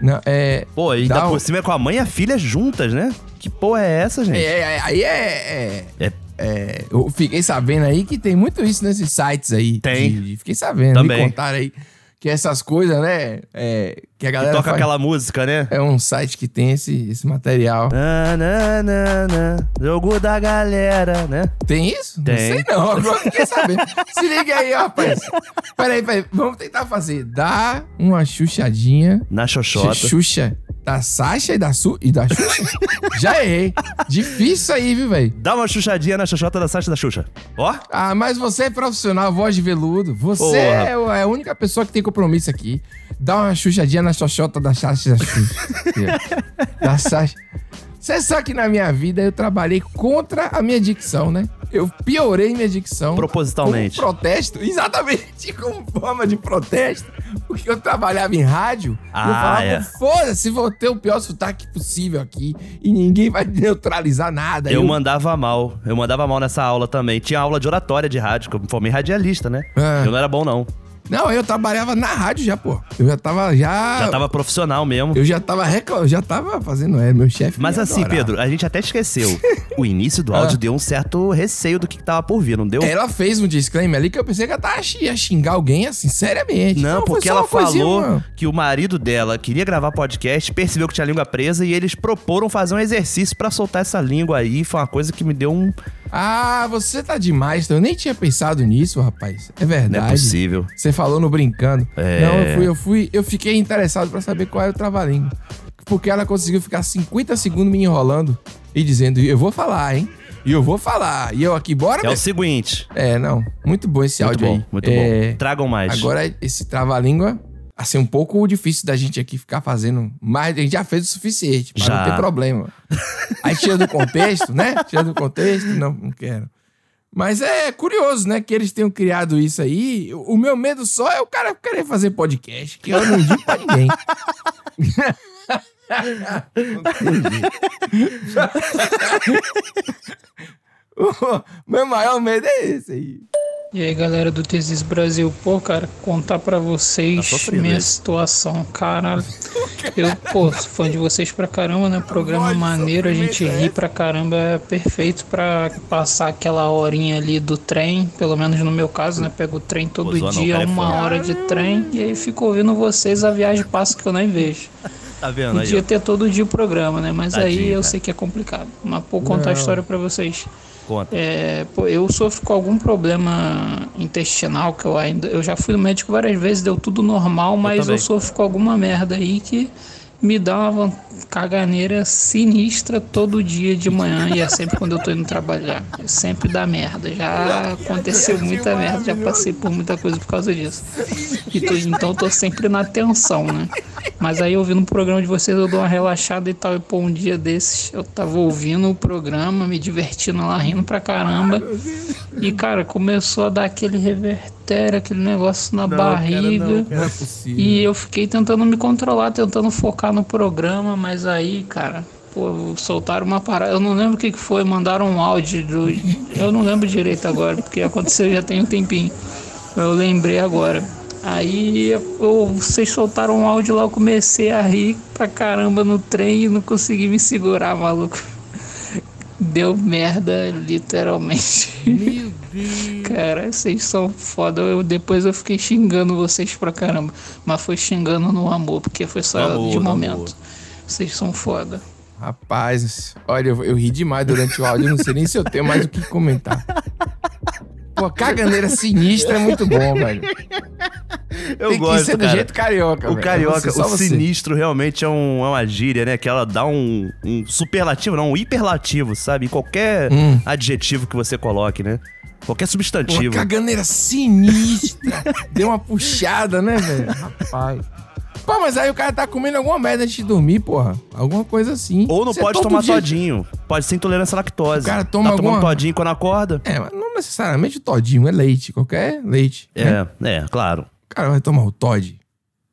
[SPEAKER 3] Não, é.
[SPEAKER 2] Pô, e
[SPEAKER 3] Dá
[SPEAKER 2] ainda
[SPEAKER 3] um-
[SPEAKER 2] por cima é com a mãe e a filha juntas, né? Que porra é essa, gente?
[SPEAKER 3] é, é, Aí é. é...
[SPEAKER 2] É.
[SPEAKER 3] é, eu fiquei sabendo aí que tem muito isso nesses sites aí.
[SPEAKER 2] Tem.
[SPEAKER 3] De- de- fiquei sabendo.
[SPEAKER 2] Também.
[SPEAKER 3] Me contaram aí que essas coisas, né? é, que a
[SPEAKER 2] que
[SPEAKER 3] galera
[SPEAKER 2] toca
[SPEAKER 3] faz-
[SPEAKER 2] aquela música, né?
[SPEAKER 3] É um site que tem esse, esse material.
[SPEAKER 2] Na, na, na, na, jogo da galera, né?
[SPEAKER 3] Tem isso?
[SPEAKER 2] Tem.
[SPEAKER 3] Não sei não, agora fiquei sabendo. Se liga aí, rapaz. Peraí, peraí. Vamos tentar fazer. Dá uma chuchadinha.
[SPEAKER 2] Na xoxota.
[SPEAKER 3] Xuxa. Da Sasha e da, Su e da Xuxa? Já errei. Difícil isso aí, viu, velho?
[SPEAKER 2] Dá uma chuchadinha na xoxota da Sasha da Xuxa. Ó,
[SPEAKER 3] Ah, mas você é profissional, voz de veludo.
[SPEAKER 2] Porra.
[SPEAKER 3] Você é o- é a única pessoa que tem compromisso aqui. Dá uma chuchadinha na xoxota da Sasha. da Xuxa. da Sasha. Você sabe que na minha vida eu trabalhei contra a minha dicção, né? Eu piorei minha dicção.
[SPEAKER 2] Propositalmente.
[SPEAKER 3] Como protesto, exatamente, como forma de protesto. Porque eu trabalhava em rádio e eu
[SPEAKER 2] Ah,
[SPEAKER 3] falava,
[SPEAKER 2] é.
[SPEAKER 3] foda-se, vou ter o pior sotaque possível aqui e ninguém vai neutralizar nada.
[SPEAKER 2] eu mandava mal. Eu mandava mal nessa aula também. Tinha aula de oratória de rádio, que eu me formei radialista, né?
[SPEAKER 3] Ah.
[SPEAKER 2] Eu não era bom, não.
[SPEAKER 3] Não, eu trabalhava na rádio já, pô. Eu já tava, já...
[SPEAKER 2] Já tava profissional mesmo.
[SPEAKER 3] Ah. Eu já tava, recla- eu já tava fazendo, é, meu chefe
[SPEAKER 2] Mas
[SPEAKER 3] me
[SPEAKER 2] assim,
[SPEAKER 3] adorava.
[SPEAKER 2] Pedro, a gente até esqueceu. O início do
[SPEAKER 3] Ah.
[SPEAKER 2] áudio deu um certo receio do que tava por vir, não deu?
[SPEAKER 3] Ela fez um disclaimer ali que eu pensei que ela tava, chi- ia xingar alguém, assim, seriamente.
[SPEAKER 2] Não,
[SPEAKER 3] Então, foi
[SPEAKER 2] porque
[SPEAKER 3] só
[SPEAKER 2] ela
[SPEAKER 3] uma coisinha,
[SPEAKER 2] falou
[SPEAKER 3] mano.
[SPEAKER 2] que o marido dela queria gravar podcast, percebeu que tinha a língua presa e eles proporam fazer um exercício pra soltar essa língua aí. Foi uma coisa que me deu um.
[SPEAKER 3] Ah, você tá demais, eu nem tinha pensado nisso, rapaz. É verdade.
[SPEAKER 2] Não é possível.
[SPEAKER 3] Você falou no brincando.
[SPEAKER 2] É.
[SPEAKER 3] Não, eu fui, eu fui, eu fiquei interessado pra saber qual era o trava-língua. Porque ela conseguiu ficar 50 segundos me enrolando e dizendo, eu vou falar, hein? E eu vou falar. E eu aqui, bora,
[SPEAKER 2] É o
[SPEAKER 3] meu?
[SPEAKER 2] seguinte.
[SPEAKER 3] É, não. Muito bom esse
[SPEAKER 2] Muito
[SPEAKER 3] áudio
[SPEAKER 2] bom,
[SPEAKER 3] aí.
[SPEAKER 2] muito
[SPEAKER 3] É,
[SPEAKER 2] bom. Tragam mais.
[SPEAKER 3] Agora, esse trava-língua, assim, um pouco difícil da gente aqui ficar fazendo, mas a gente já fez o suficiente pra
[SPEAKER 2] Já.
[SPEAKER 3] não ter problema. Aí tira do contexto, né? Tira do contexto, não, não quero. Mas é curioso, né, que eles tenham criado isso aí. O o meu medo só é o cara querer fazer podcast, que eu não digo pra ninguém. O meu maior medo é esse aí.
[SPEAKER 11] E aí galera do Tesis Brasil, pô, cara, contar pra
[SPEAKER 2] Tá
[SPEAKER 11] vocês
[SPEAKER 2] sofrido,
[SPEAKER 11] minha
[SPEAKER 2] hein?
[SPEAKER 11] situação, caralho. Eu, pô, sou fã de vocês pra caramba, né? Programa
[SPEAKER 3] Olha,
[SPEAKER 11] maneiro, a gente
[SPEAKER 3] sofrimento é
[SPEAKER 11] ri pra caramba, é perfeito pra passar aquela horinha ali do trem, pelo menos no meu caso, né? Pego o trem todo
[SPEAKER 2] zoar não,
[SPEAKER 11] dia,
[SPEAKER 2] cara é
[SPEAKER 11] uma
[SPEAKER 2] fã.
[SPEAKER 11] hora de trem, e aí fico ouvindo vocês, a viagem passa que eu nem vejo.
[SPEAKER 2] Tá vendo aí?
[SPEAKER 11] Podia ter todo dia o programa, né? Mas aí
[SPEAKER 2] Tadinho,
[SPEAKER 11] eu
[SPEAKER 2] cara.
[SPEAKER 11] sei que é complicado. Mas, pô, contar a história pra vocês.
[SPEAKER 2] Conta.
[SPEAKER 11] É, pô, eu sofro com algum problema intestinal que eu ainda. Eu já fui no médico várias vezes, deu tudo normal, mas eu,
[SPEAKER 2] também.
[SPEAKER 11] sofro com alguma merda aí que me dá uma van- caganeira sinistra todo dia de manhã e é sempre quando eu tô indo trabalhar. Sempre dá merda. Já aconteceu muita merda, já passei por muita coisa por causa disso. E tô- então eu tô sempre na tensão, né? Mas aí ouvindo o programa de vocês, eu dou uma relaxada e tal. E pô, um dia desses eu tava ouvindo o programa, me divertindo lá, rindo pra caramba. E cara, começou a dar aquele revertério, aquele negócio na
[SPEAKER 3] Não, cara,
[SPEAKER 11] barriga.
[SPEAKER 3] não, cara, não é possível.
[SPEAKER 11] E eu fiquei tentando me controlar, tentando focar no programa, mas aí, cara, pô, soltaram uma parada. Eu não lembro o que que foi, mandaram um áudio do. Eu não lembro direito agora, porque aconteceu já tem um tempinho. Eu lembrei agora. Aí eu, vocês soltaram um áudio lá, eu comecei a rir pra caramba no trem e não consegui me segurar, maluco. Deu merda, literalmente. Meu Deus. Cara, vocês são foda. Eu, depois eu fiquei xingando vocês pra caramba. Mas foi xingando no amor, porque foi só
[SPEAKER 3] No amor,
[SPEAKER 11] de
[SPEAKER 3] no
[SPEAKER 11] momento. Vocês são foda.
[SPEAKER 3] Rapaz, olha, eu, eu ri demais durante o áudio, eu não sei nem se eu tenho mais o que comentar. Pô, caganeira sinistra é muito bom, velho.
[SPEAKER 2] Eu
[SPEAKER 3] Tem
[SPEAKER 2] gosto,
[SPEAKER 3] que ser do
[SPEAKER 2] cara.
[SPEAKER 3] jeito carioca,
[SPEAKER 2] O
[SPEAKER 3] velho.
[SPEAKER 2] carioca,
[SPEAKER 3] Você- só
[SPEAKER 2] o
[SPEAKER 3] você.
[SPEAKER 2] sinistro realmente é, um, é uma gíria, né? Que ela dá um, um superlativo, não, um hiperlativo, sabe? Em Qualquer
[SPEAKER 3] Hum.
[SPEAKER 2] adjetivo que você coloque, né? Qualquer
[SPEAKER 3] Pô,
[SPEAKER 2] substantivo.
[SPEAKER 3] caganeira sinistra. Deu uma puxada, né, velho? Rapaz. Pô, mas aí o cara tá comendo alguma merda antes de dormir, porra. Alguma coisa assim.
[SPEAKER 2] Ou não pode tomar todinho. Pode ser intolerância à lactose.
[SPEAKER 3] O cara toma
[SPEAKER 2] tá tomando
[SPEAKER 3] alguma-
[SPEAKER 2] todinho quando acorda?
[SPEAKER 3] É, mas não necessariamente o todinho, é leite. Qualquer leite.
[SPEAKER 2] É, é, claro.
[SPEAKER 3] O cara vai tomar o Todd.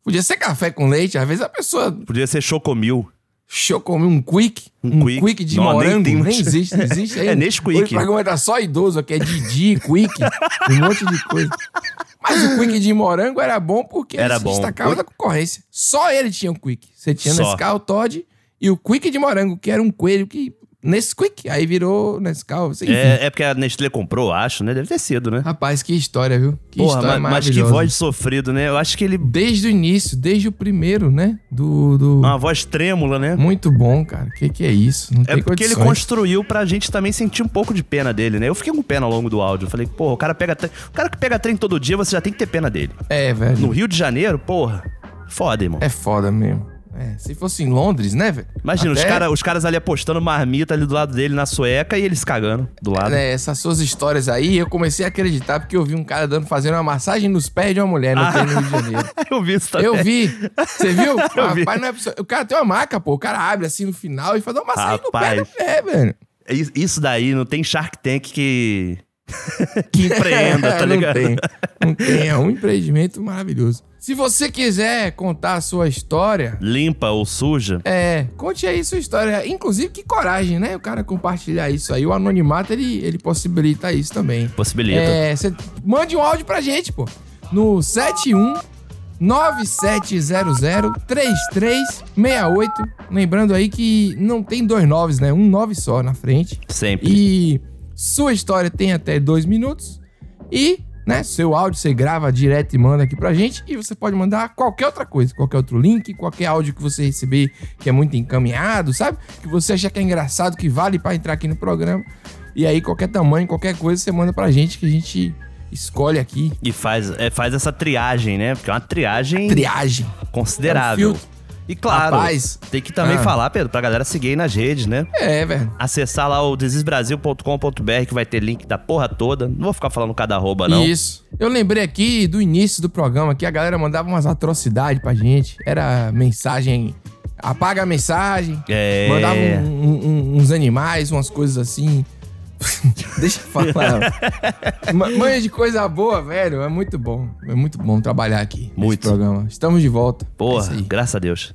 [SPEAKER 3] Podia ser café com leite, às vezes a pessoa.
[SPEAKER 2] Podia ser chocomil.
[SPEAKER 3] Chocomil, um quick.
[SPEAKER 2] Um quick.
[SPEAKER 3] de
[SPEAKER 2] Não, nem
[SPEAKER 3] morango.
[SPEAKER 2] tem
[SPEAKER 3] Nem,
[SPEAKER 2] muito.
[SPEAKER 3] existe, não existe aí.
[SPEAKER 2] É Nesquik.
[SPEAKER 3] Hoje O programa tá só idoso, aqui é Didi, quick, um monte de coisa. Mas o quick de morango era bom porque
[SPEAKER 2] Era
[SPEAKER 3] se
[SPEAKER 2] bom.
[SPEAKER 3] destacava da concorrência. Só ele tinha o quick. Você tinha
[SPEAKER 2] Só.
[SPEAKER 3] Nescau, Todd e o quick de morango, que era um coelho que... Nesquik, aí virou Nescau, enfim.
[SPEAKER 2] É, é porque a Nestlé comprou, acho, né? Deve ter sido, né?
[SPEAKER 3] Rapaz, que história, viu? Que
[SPEAKER 2] Porra,
[SPEAKER 3] história
[SPEAKER 2] mas, mas que
[SPEAKER 3] maravilhosa.
[SPEAKER 2] voz de sofrido, né? Eu acho que ele.
[SPEAKER 3] Desde o início, desde o primeiro, né? Do. do...
[SPEAKER 2] Uma voz trêmula, né?
[SPEAKER 3] Muito bom, cara. Que que é isso? Não
[SPEAKER 2] Ah, É
[SPEAKER 3] tem
[SPEAKER 2] porque ele
[SPEAKER 3] condições.
[SPEAKER 2] construiu pra gente também sentir um pouco de pena dele, né? Eu fiquei com pena ao longo do áudio. Eu Falei, porra, o cara pega tre- O cara que pega trem todo dia, você já tem que ter pena dele.
[SPEAKER 3] É, velho.
[SPEAKER 2] No Rio de Janeiro, porra, foda, irmão.
[SPEAKER 3] É foda mesmo. É, se fosse em Londres, né, velho?
[SPEAKER 2] Imagina, os,
[SPEAKER 3] Até-
[SPEAKER 2] cara, os caras ali apostando marmita ali do lado dele na sueca e eles cagando do lado.
[SPEAKER 3] né, essas suas histórias aí, eu comecei a acreditar porque eu vi um cara dando, fazendo uma massagem nos pés de uma mulher
[SPEAKER 2] Ah.
[SPEAKER 3] no trem no Rio de Janeiro.
[SPEAKER 2] Eu vi isso também.
[SPEAKER 3] Eu vi. Você viu?
[SPEAKER 2] Eu vi.
[SPEAKER 3] Rapaz, não é possível. O cara tem uma maca, pô. O cara abre assim no final e faz uma massagem no
[SPEAKER 2] Rapaz.
[SPEAKER 3] pé da mulher, velho.
[SPEAKER 2] Is- É Isso daí não tem Shark Tank que. que empreenda, tá
[SPEAKER 3] Não
[SPEAKER 2] ligado?
[SPEAKER 3] tem. Não tem. É um empreendimento maravilhoso. Se você quiser contar a sua história,
[SPEAKER 2] Limpa ou suja.
[SPEAKER 3] É, conte aí sua história. Inclusive, que coragem, né? O cara compartilhar isso aí. O anonimato, ele, ele possibilita isso também.
[SPEAKER 2] Possibilita.
[SPEAKER 3] É, cê mande um áudio pra gente, pô. No 71 9700 3368. Lembrando aí que não tem dois noves, né? Um nove só na frente.
[SPEAKER 2] Sempre.
[SPEAKER 3] E sua história tem até dois minutos. E, né, seu áudio você grava direto e manda aqui pra gente. E você pode mandar qualquer outra coisa, qualquer outro link, qualquer áudio que você receber que é muito encaminhado, sabe? Que você achar que é engraçado, que vale pra entrar aqui no programa. E aí, qualquer tamanho, qualquer coisa, você manda pra gente que a gente escolhe aqui.
[SPEAKER 2] E faz, é, faz essa triagem, né? Porque é uma triagem.
[SPEAKER 3] Triagem. É um
[SPEAKER 2] Considerável.
[SPEAKER 3] filtro.
[SPEAKER 2] e claro,
[SPEAKER 3] Rapaz.
[SPEAKER 2] tem que também
[SPEAKER 3] Ah.
[SPEAKER 2] falar, Pedro, pra galera seguir aí nas redes, né?
[SPEAKER 3] É, velho.
[SPEAKER 2] Acessar lá o desesbrasil.com.br que vai ter link da porra toda. Não vou ficar falando cada arroba, não.
[SPEAKER 3] Isso. Eu lembrei aqui do início do programa que a galera mandava umas atrocidades pra gente. Era mensagem. Apaga a mensagem.
[SPEAKER 2] É.
[SPEAKER 3] Mandava um- um- um- uns animais, umas coisas assim. Deixa eu falar. Ma- Manha de coisa boa, velho. É muito bom. É muito bom trabalhar aqui nesse
[SPEAKER 2] Muito.
[SPEAKER 3] programa. Estamos de volta. É
[SPEAKER 2] Porra, graças a Deus.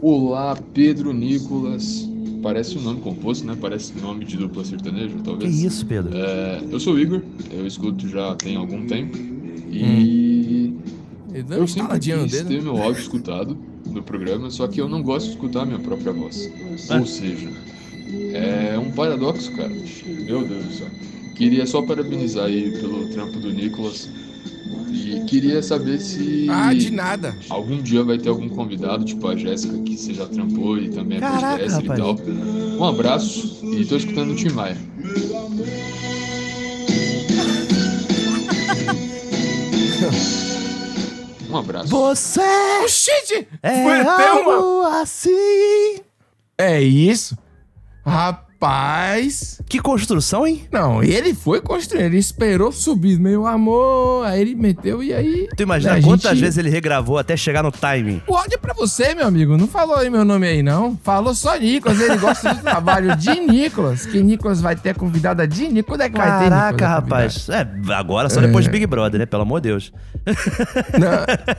[SPEAKER 12] Olá, Pedro Nicolas. Parece um nome composto, né? Parece nome de dupla sertaneja, talvez.
[SPEAKER 2] Que isso, Pedro?
[SPEAKER 12] É, eu sou o Igor, eu escuto já tem algum tempo. E.
[SPEAKER 3] Hum. dando
[SPEAKER 12] Eu sempre
[SPEAKER 3] estaladinha no
[SPEAKER 12] quis
[SPEAKER 3] dedo.
[SPEAKER 12] ter meu áudio escutado no programa, só que eu não gosto de escutar a minha própria voz. Ou seja, é um paradoxo, cara. Meu Deus do céu. Queria só parabenizar aí pelo trampo do Nicolas. E queria saber se.
[SPEAKER 3] Ah, de nada.
[SPEAKER 12] Algum dia vai ter algum convidado, tipo a Jéssica, que você já trampou e também é
[SPEAKER 3] Caraca,
[SPEAKER 12] podcaster e
[SPEAKER 3] rapaz.
[SPEAKER 12] tal. Um abraço e tô escutando o Tim Maia. abraço.
[SPEAKER 2] Você!
[SPEAKER 3] Oxente!
[SPEAKER 2] É
[SPEAKER 3] Foi até uma-
[SPEAKER 2] algo assim!
[SPEAKER 3] É isso? Rapaz!
[SPEAKER 2] Que construção, hein?
[SPEAKER 3] Não, ele foi construir, ele esperou subir, meu amor, aí ele meteu e aí...
[SPEAKER 2] Tu imagina
[SPEAKER 3] né, a
[SPEAKER 2] quantas
[SPEAKER 3] gente-
[SPEAKER 2] vezes ele regravou até chegar no timing.
[SPEAKER 3] O áudio é pra você, meu amigo, não falou aí meu nome aí, não. Falou só Nicolas, ele gosta do trabalho de Nicolas, que Nicolas vai ter a convidada de Nicolas. Quando é que vai ter, Nicolas?
[SPEAKER 2] Caraca, rapaz. É, agora só depois do Big Brother, né? Pelo amor de Deus.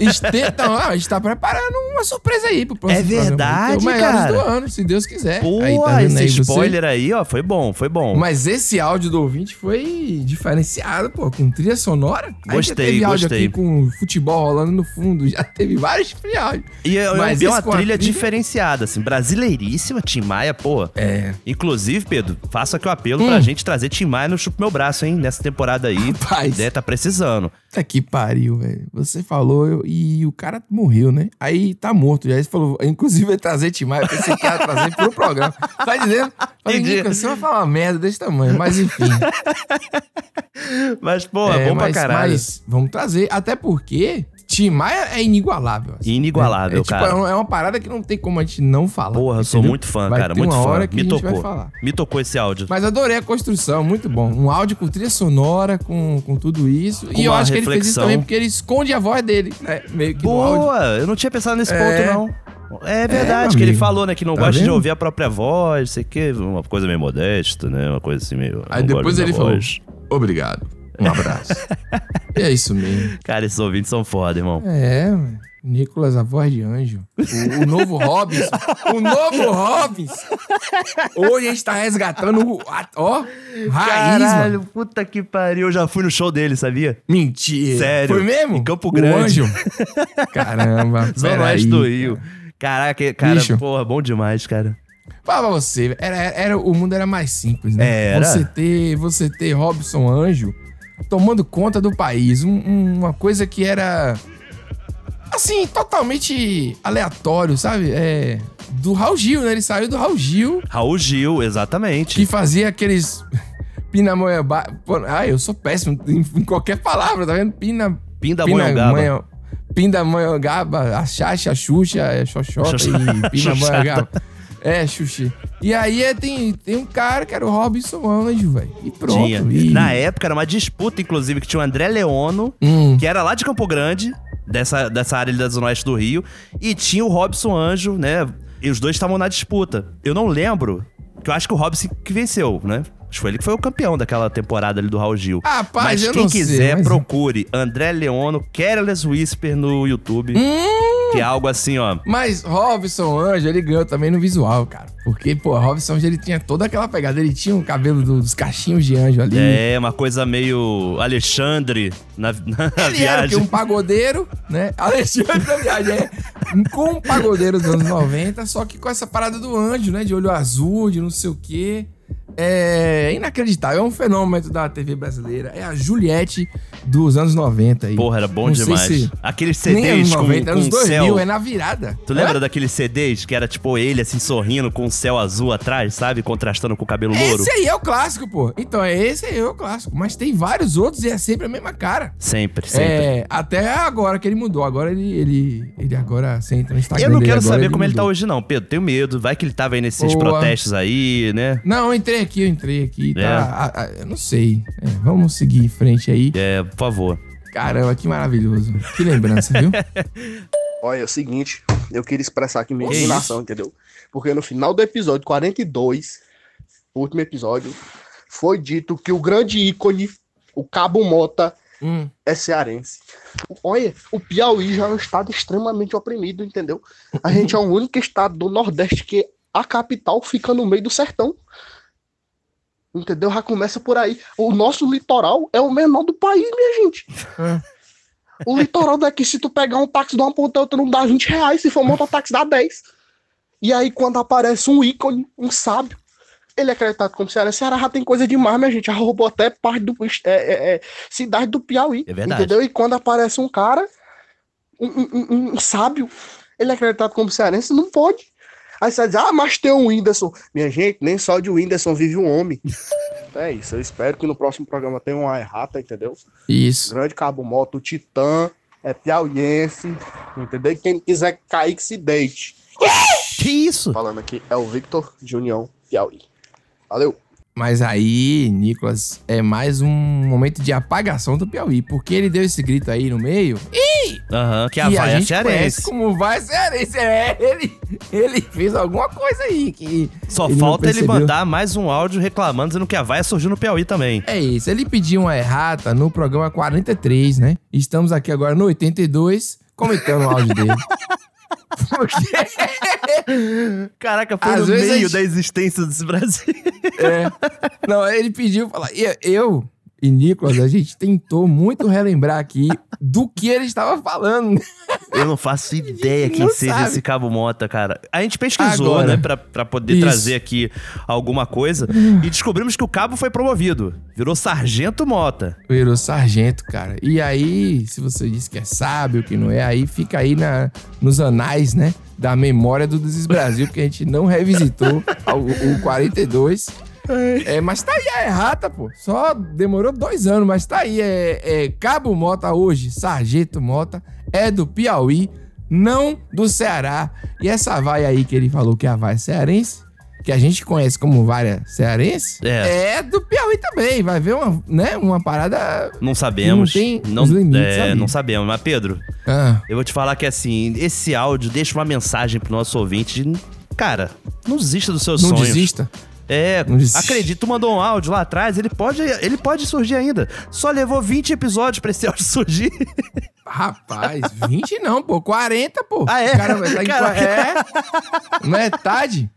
[SPEAKER 3] Este- Então, ah, a gente tá preparando uma surpresa aí pro próximo
[SPEAKER 2] É verdade,
[SPEAKER 3] programa. Vai ter o Maiores
[SPEAKER 2] cara.
[SPEAKER 3] do ano, se Deus quiser.
[SPEAKER 2] Pô,
[SPEAKER 3] Aí, tá vendo
[SPEAKER 2] esse
[SPEAKER 3] aí você?
[SPEAKER 2] spoiler aí, ó, foi bom, foi bom.
[SPEAKER 3] Mas esse áudio do ouvinte foi diferenciado, pô, com trilha sonora. Aí já
[SPEAKER 2] Gostei,
[SPEAKER 3] teve áudio
[SPEAKER 2] gostei.
[SPEAKER 3] aqui com futebol rolando no fundo, já teve vários áudios.
[SPEAKER 2] E eu, eu
[SPEAKER 3] Mas
[SPEAKER 2] dei
[SPEAKER 3] esse
[SPEAKER 2] uma
[SPEAKER 3] com a
[SPEAKER 2] trilha
[SPEAKER 3] trilha-
[SPEAKER 2] diferenciada, assim, brasileiríssima, Tim Maia, pô.
[SPEAKER 3] É. Hum.
[SPEAKER 2] Inclusive, Pedro, faça aqui o apelo pra gente trazer Tim Maia no Chupa Meu Braço, hein, nessa temporada aí.
[SPEAKER 3] Rapaz.
[SPEAKER 2] Né, tá precisando.
[SPEAKER 3] Puta que pariu, velho. Você falou eu- e o cara morreu, né? Aí tá morto. E aí você falou, inclusive, ia trazer Timar. Eu pensei que ia trazer pro programa. Tá dizendo? Falei,
[SPEAKER 2] Entendi.
[SPEAKER 3] Nico, você vai falar uma merda desse tamanho. Mas enfim.
[SPEAKER 2] Mas, pô, é, bom
[SPEAKER 3] mas,
[SPEAKER 2] pra caralho.
[SPEAKER 3] Mas vamos trazer. Até porque Tim Maia é inigualável. assim.
[SPEAKER 2] Inigualável,
[SPEAKER 3] é, tipo,
[SPEAKER 2] cara.
[SPEAKER 3] é um- é uma parada que não tem como a gente não falar.
[SPEAKER 2] Porra, eu sou
[SPEAKER 3] entendeu?
[SPEAKER 2] muito fã,
[SPEAKER 3] Vai
[SPEAKER 2] cara,
[SPEAKER 3] ter
[SPEAKER 2] muito
[SPEAKER 3] uma
[SPEAKER 2] fã.
[SPEAKER 3] hora que
[SPEAKER 2] Me
[SPEAKER 3] a gente
[SPEAKER 2] tocou.
[SPEAKER 3] vai falar.
[SPEAKER 2] Me tocou esse áudio.
[SPEAKER 3] Mas adorei a construção, muito bom. Um áudio com trilha sonora, com, com tudo isso.
[SPEAKER 2] Com
[SPEAKER 3] e eu
[SPEAKER 2] uma
[SPEAKER 3] acho que ele fez isso
[SPEAKER 2] reflexão.
[SPEAKER 3] também porque ele esconde a voz dele, né? Meio que no áudio.
[SPEAKER 2] Boa, eu não tinha pensado nesse
[SPEAKER 3] É.
[SPEAKER 2] ponto, não. É
[SPEAKER 3] meu
[SPEAKER 2] verdade, que ele
[SPEAKER 3] amigo.
[SPEAKER 2] falou, né, que não
[SPEAKER 3] Tá
[SPEAKER 2] gosta de
[SPEAKER 3] vendo?
[SPEAKER 2] ouvir a própria voz, sei que, uma coisa meio modesta, né, uma coisa assim meio...
[SPEAKER 3] Aí
[SPEAKER 2] não gosto
[SPEAKER 3] depois
[SPEAKER 2] da
[SPEAKER 3] ele falou:
[SPEAKER 2] voz.
[SPEAKER 3] Obrigado. Um abraço. E é isso mesmo.
[SPEAKER 2] Cara, esses ouvintes são foda, irmão.
[SPEAKER 3] É, mano. Nicolas, a voz de anjo. O, o novo Robinson. O novo Robinson. Hoje a gente tá resgatando o. a- Ó,
[SPEAKER 2] é
[SPEAKER 3] raiz,
[SPEAKER 2] Caralho,
[SPEAKER 3] mano.
[SPEAKER 2] puta que pariu. Eu já fui no show dele, sabia?
[SPEAKER 3] Mentira.
[SPEAKER 2] Sério.
[SPEAKER 3] Foi mesmo?
[SPEAKER 2] Em Campo
[SPEAKER 3] O
[SPEAKER 2] Grande.
[SPEAKER 3] anjo? Caramba.
[SPEAKER 2] Zona
[SPEAKER 3] peraí.
[SPEAKER 2] Oeste do Rio. Caraca, cara,
[SPEAKER 3] Bicho.
[SPEAKER 2] porra, bom demais, cara.
[SPEAKER 3] Fala pra você, era, era- era- o mundo era mais simples, né?
[SPEAKER 2] Era.
[SPEAKER 3] Você ter, você ter Robson Anjo tomando conta do país, um- um- uma coisa que era assim, totalmente aleatório, sabe? É, do Raul Gil, né? Ele saiu do Raul Gil,
[SPEAKER 2] Raul Gil, exatamente.
[SPEAKER 3] que fazia aqueles pinamonhangaba... Pô, Ai, eu sou péssimo em, em qualquer palavra, tá vendo? Pina...
[SPEAKER 2] Pindamonhangaba.
[SPEAKER 3] manha- Pindamonhangaba, a Xaxa, a Xuxa, a Xoxota
[SPEAKER 2] Xoxa-
[SPEAKER 3] e Pindamonhangaba.
[SPEAKER 2] Xoxota.
[SPEAKER 3] É, Xuxi. E aí é, tem, tem um cara que era o Robinson Anjo, velho. E pronto.
[SPEAKER 2] Tinha.
[SPEAKER 3] E...
[SPEAKER 2] Na época era uma disputa, inclusive, que tinha o André Leono,
[SPEAKER 3] Hum.
[SPEAKER 2] que era lá de Campo Grande, dessa, dessa área ali da Zona Oeste do Rio, e tinha o Robson Anjo, né? E os dois estavam na disputa. Eu não lembro, que eu acho que o Robson que venceu, né? Acho que foi ele que foi o campeão daquela temporada ali do Raul Gil.
[SPEAKER 3] Ah, rapaz,
[SPEAKER 2] mas
[SPEAKER 3] eu
[SPEAKER 2] quem
[SPEAKER 3] não sei,
[SPEAKER 2] quiser,
[SPEAKER 3] mas-
[SPEAKER 2] procure André Leono Careless Whisper no YouTube.
[SPEAKER 3] Hum.
[SPEAKER 2] Que é algo assim, ó.
[SPEAKER 3] Mas Robson Anjo, ele ganhou também no visual, cara. Porque, pô, Robson Anjo, ele tinha toda aquela pegada. Ele tinha o cabelo do- dos cachinhos de anjo ali.
[SPEAKER 2] É, uma coisa meio Alexandre na, na
[SPEAKER 3] Ele era o quê?
[SPEAKER 2] viagem.
[SPEAKER 3] um pagodeiro, né? Alexandre da viagem, é. Com um pagodeiro dos anos 90, só que com essa parada do anjo, né? De olho azul, de não sei o quê. É inacreditável, é um fenômeno da TV brasileira. É a Juliette dos anos 90 aí.
[SPEAKER 2] Porra, era bom
[SPEAKER 3] Não sei
[SPEAKER 2] demais.
[SPEAKER 3] se-
[SPEAKER 2] Aqueles
[SPEAKER 3] Nem anos
[SPEAKER 2] CDs com,
[SPEAKER 3] 90,
[SPEAKER 2] com
[SPEAKER 3] anos 2000,
[SPEAKER 2] céu.
[SPEAKER 3] é na virada.
[SPEAKER 2] Tu lembra daqueles CDs que era tipo ele assim sorrindo com o céu azul atrás, sabe? Contrastando com o cabelo louro?
[SPEAKER 3] Esse aí é o clássico, pô. Então, é esse aí é o clássico. Mas tem vários outros e é sempre a mesma cara.
[SPEAKER 2] Sempre, sempre.
[SPEAKER 3] É, até agora que ele mudou. Agora ele, ele, ele agora você entra no Instagram.
[SPEAKER 2] Eu não
[SPEAKER 3] dele
[SPEAKER 2] quero
[SPEAKER 3] agora,
[SPEAKER 2] saber como ele tá
[SPEAKER 3] mudou.
[SPEAKER 2] hoje, não, Pedro. Tenho medo. Vai que ele tava aí nesses
[SPEAKER 3] Boa.
[SPEAKER 2] protestos aí, né?
[SPEAKER 3] Não, eu entrei aqui, eu entrei aqui. Tá,
[SPEAKER 2] É.
[SPEAKER 3] a- a- eu não sei. É, vamos seguir em frente aí.
[SPEAKER 2] É, por favor.
[SPEAKER 3] Caramba, que maravilhoso. Que lembrança, viu?
[SPEAKER 13] Olha, é o seguinte, eu queria expressar aqui minha
[SPEAKER 3] Que
[SPEAKER 13] indignação, entendeu? Porque no final do episódio 42, o último episódio, foi dito que o grande ícone, o Cabo Mota, é cearense. Olha, o Piauí já é um estado extremamente oprimido, entendeu? A gente é o único estado do Nordeste que a capital fica no meio do sertão. Entendeu? Já começa por aí. O nosso litoral é o menor do país, minha gente.
[SPEAKER 2] É.
[SPEAKER 13] O litoral daqui, se tu pegar um táxi de uma ponta a outra, não dá 20 reais. Se for mototáxi, dá 10. E aí, quando aparece um ícone, um sábio, ele é acreditado como Ceará. Ceará já tem coisa demais, minha gente. Já roubou até parte do. est- É, é, é, cidade do Piauí.
[SPEAKER 2] É verdade.
[SPEAKER 13] Entendeu? E quando aparece um cara, um, um- um- um sábio, ele é acreditado como cearense, não pode. Aí você diz, ah, mas tem um Whindersson. Minha gente, nem só de Whindersson vive um homem. Então é isso. Eu espero que no próximo programa tenha uma errata, entendeu?
[SPEAKER 3] Isso.
[SPEAKER 13] Grande Cabo Moto, Titã, é piauiense, entendeu? E Quem quiser cair, que se deite.
[SPEAKER 2] Que isso?
[SPEAKER 13] Falando aqui, é o Victor de União Piauí. Valeu.
[SPEAKER 3] Mas aí, Nicolas, é mais um momento de apagação do Piauí, porque ele deu esse grito aí no meio. Ih!
[SPEAKER 2] Aham, que a
[SPEAKER 3] E
[SPEAKER 2] vaia é
[SPEAKER 3] gente conhece
[SPEAKER 2] cearense.
[SPEAKER 3] como vai cearense. É, ele, ele fez alguma coisa aí que.
[SPEAKER 2] Só
[SPEAKER 3] não
[SPEAKER 2] falta ele
[SPEAKER 3] percebeu.
[SPEAKER 2] mandar mais um áudio reclamando, dizendo que a vaia surgiu no Piauí também.
[SPEAKER 3] É isso, ele pediu uma errata no programa 43, né? Estamos aqui agora no 82, comentando o áudio dele.
[SPEAKER 2] Caraca, foi
[SPEAKER 3] Às
[SPEAKER 2] no
[SPEAKER 3] vezes a
[SPEAKER 2] meio
[SPEAKER 3] gente-
[SPEAKER 2] da existência desse Brasil.
[SPEAKER 3] É. Não, ele pediu falar. E é, eu e Nicolas, a gente tentou muito relembrar aqui do que ele estava falando.
[SPEAKER 2] Eu não faço ideia quem
[SPEAKER 3] não
[SPEAKER 2] seja
[SPEAKER 3] sabe.
[SPEAKER 2] esse Cabo Mota, cara. A gente pesquisou,
[SPEAKER 3] Agora.
[SPEAKER 2] né, pra, pra poder
[SPEAKER 3] Isso. Ah.
[SPEAKER 2] trazer aqui alguma coisa e descobrimos que o Cabo foi promovido. Virou Sargento Mota.
[SPEAKER 3] Virou sargento, cara. E aí, se você diz que é sábio, que não é, aí fica aí na, nos anais, né? Da memória do Desis Brasil, porque a gente não revisitou o, o 42. É, mas tá aí a errata, pô. Só demorou dois anos, mas tá aí. É, é Cabo Mota hoje, Sargento Mota, é do Piauí, não do Ceará. E essa vaia aí que ele falou que é a vaia cearense, que a gente conhece como vaia cearense,
[SPEAKER 2] É.
[SPEAKER 3] é do Piauí também. Vai ver uma, né, uma parada
[SPEAKER 2] Não sabemos.
[SPEAKER 3] Não tem os limites
[SPEAKER 2] é,
[SPEAKER 3] ali.
[SPEAKER 2] não sabemos. Mas, Pedro,
[SPEAKER 3] Ah.
[SPEAKER 2] eu vou te falar que assim, esse áudio deixa uma mensagem pro nosso ouvinte. de, cara, não desista dos seus
[SPEAKER 3] Não
[SPEAKER 2] sonhos.
[SPEAKER 3] desista.
[SPEAKER 2] É,
[SPEAKER 3] desista.
[SPEAKER 2] acredito, tu mandou um áudio lá atrás, ele pode, ele pode surgir ainda. Só levou 20 episódios pra esse áudio surgir.
[SPEAKER 3] Rapaz, 20 não, pô. 40, pô.
[SPEAKER 2] Ah, é?
[SPEAKER 3] O cara vai tá em qua- É. Metade.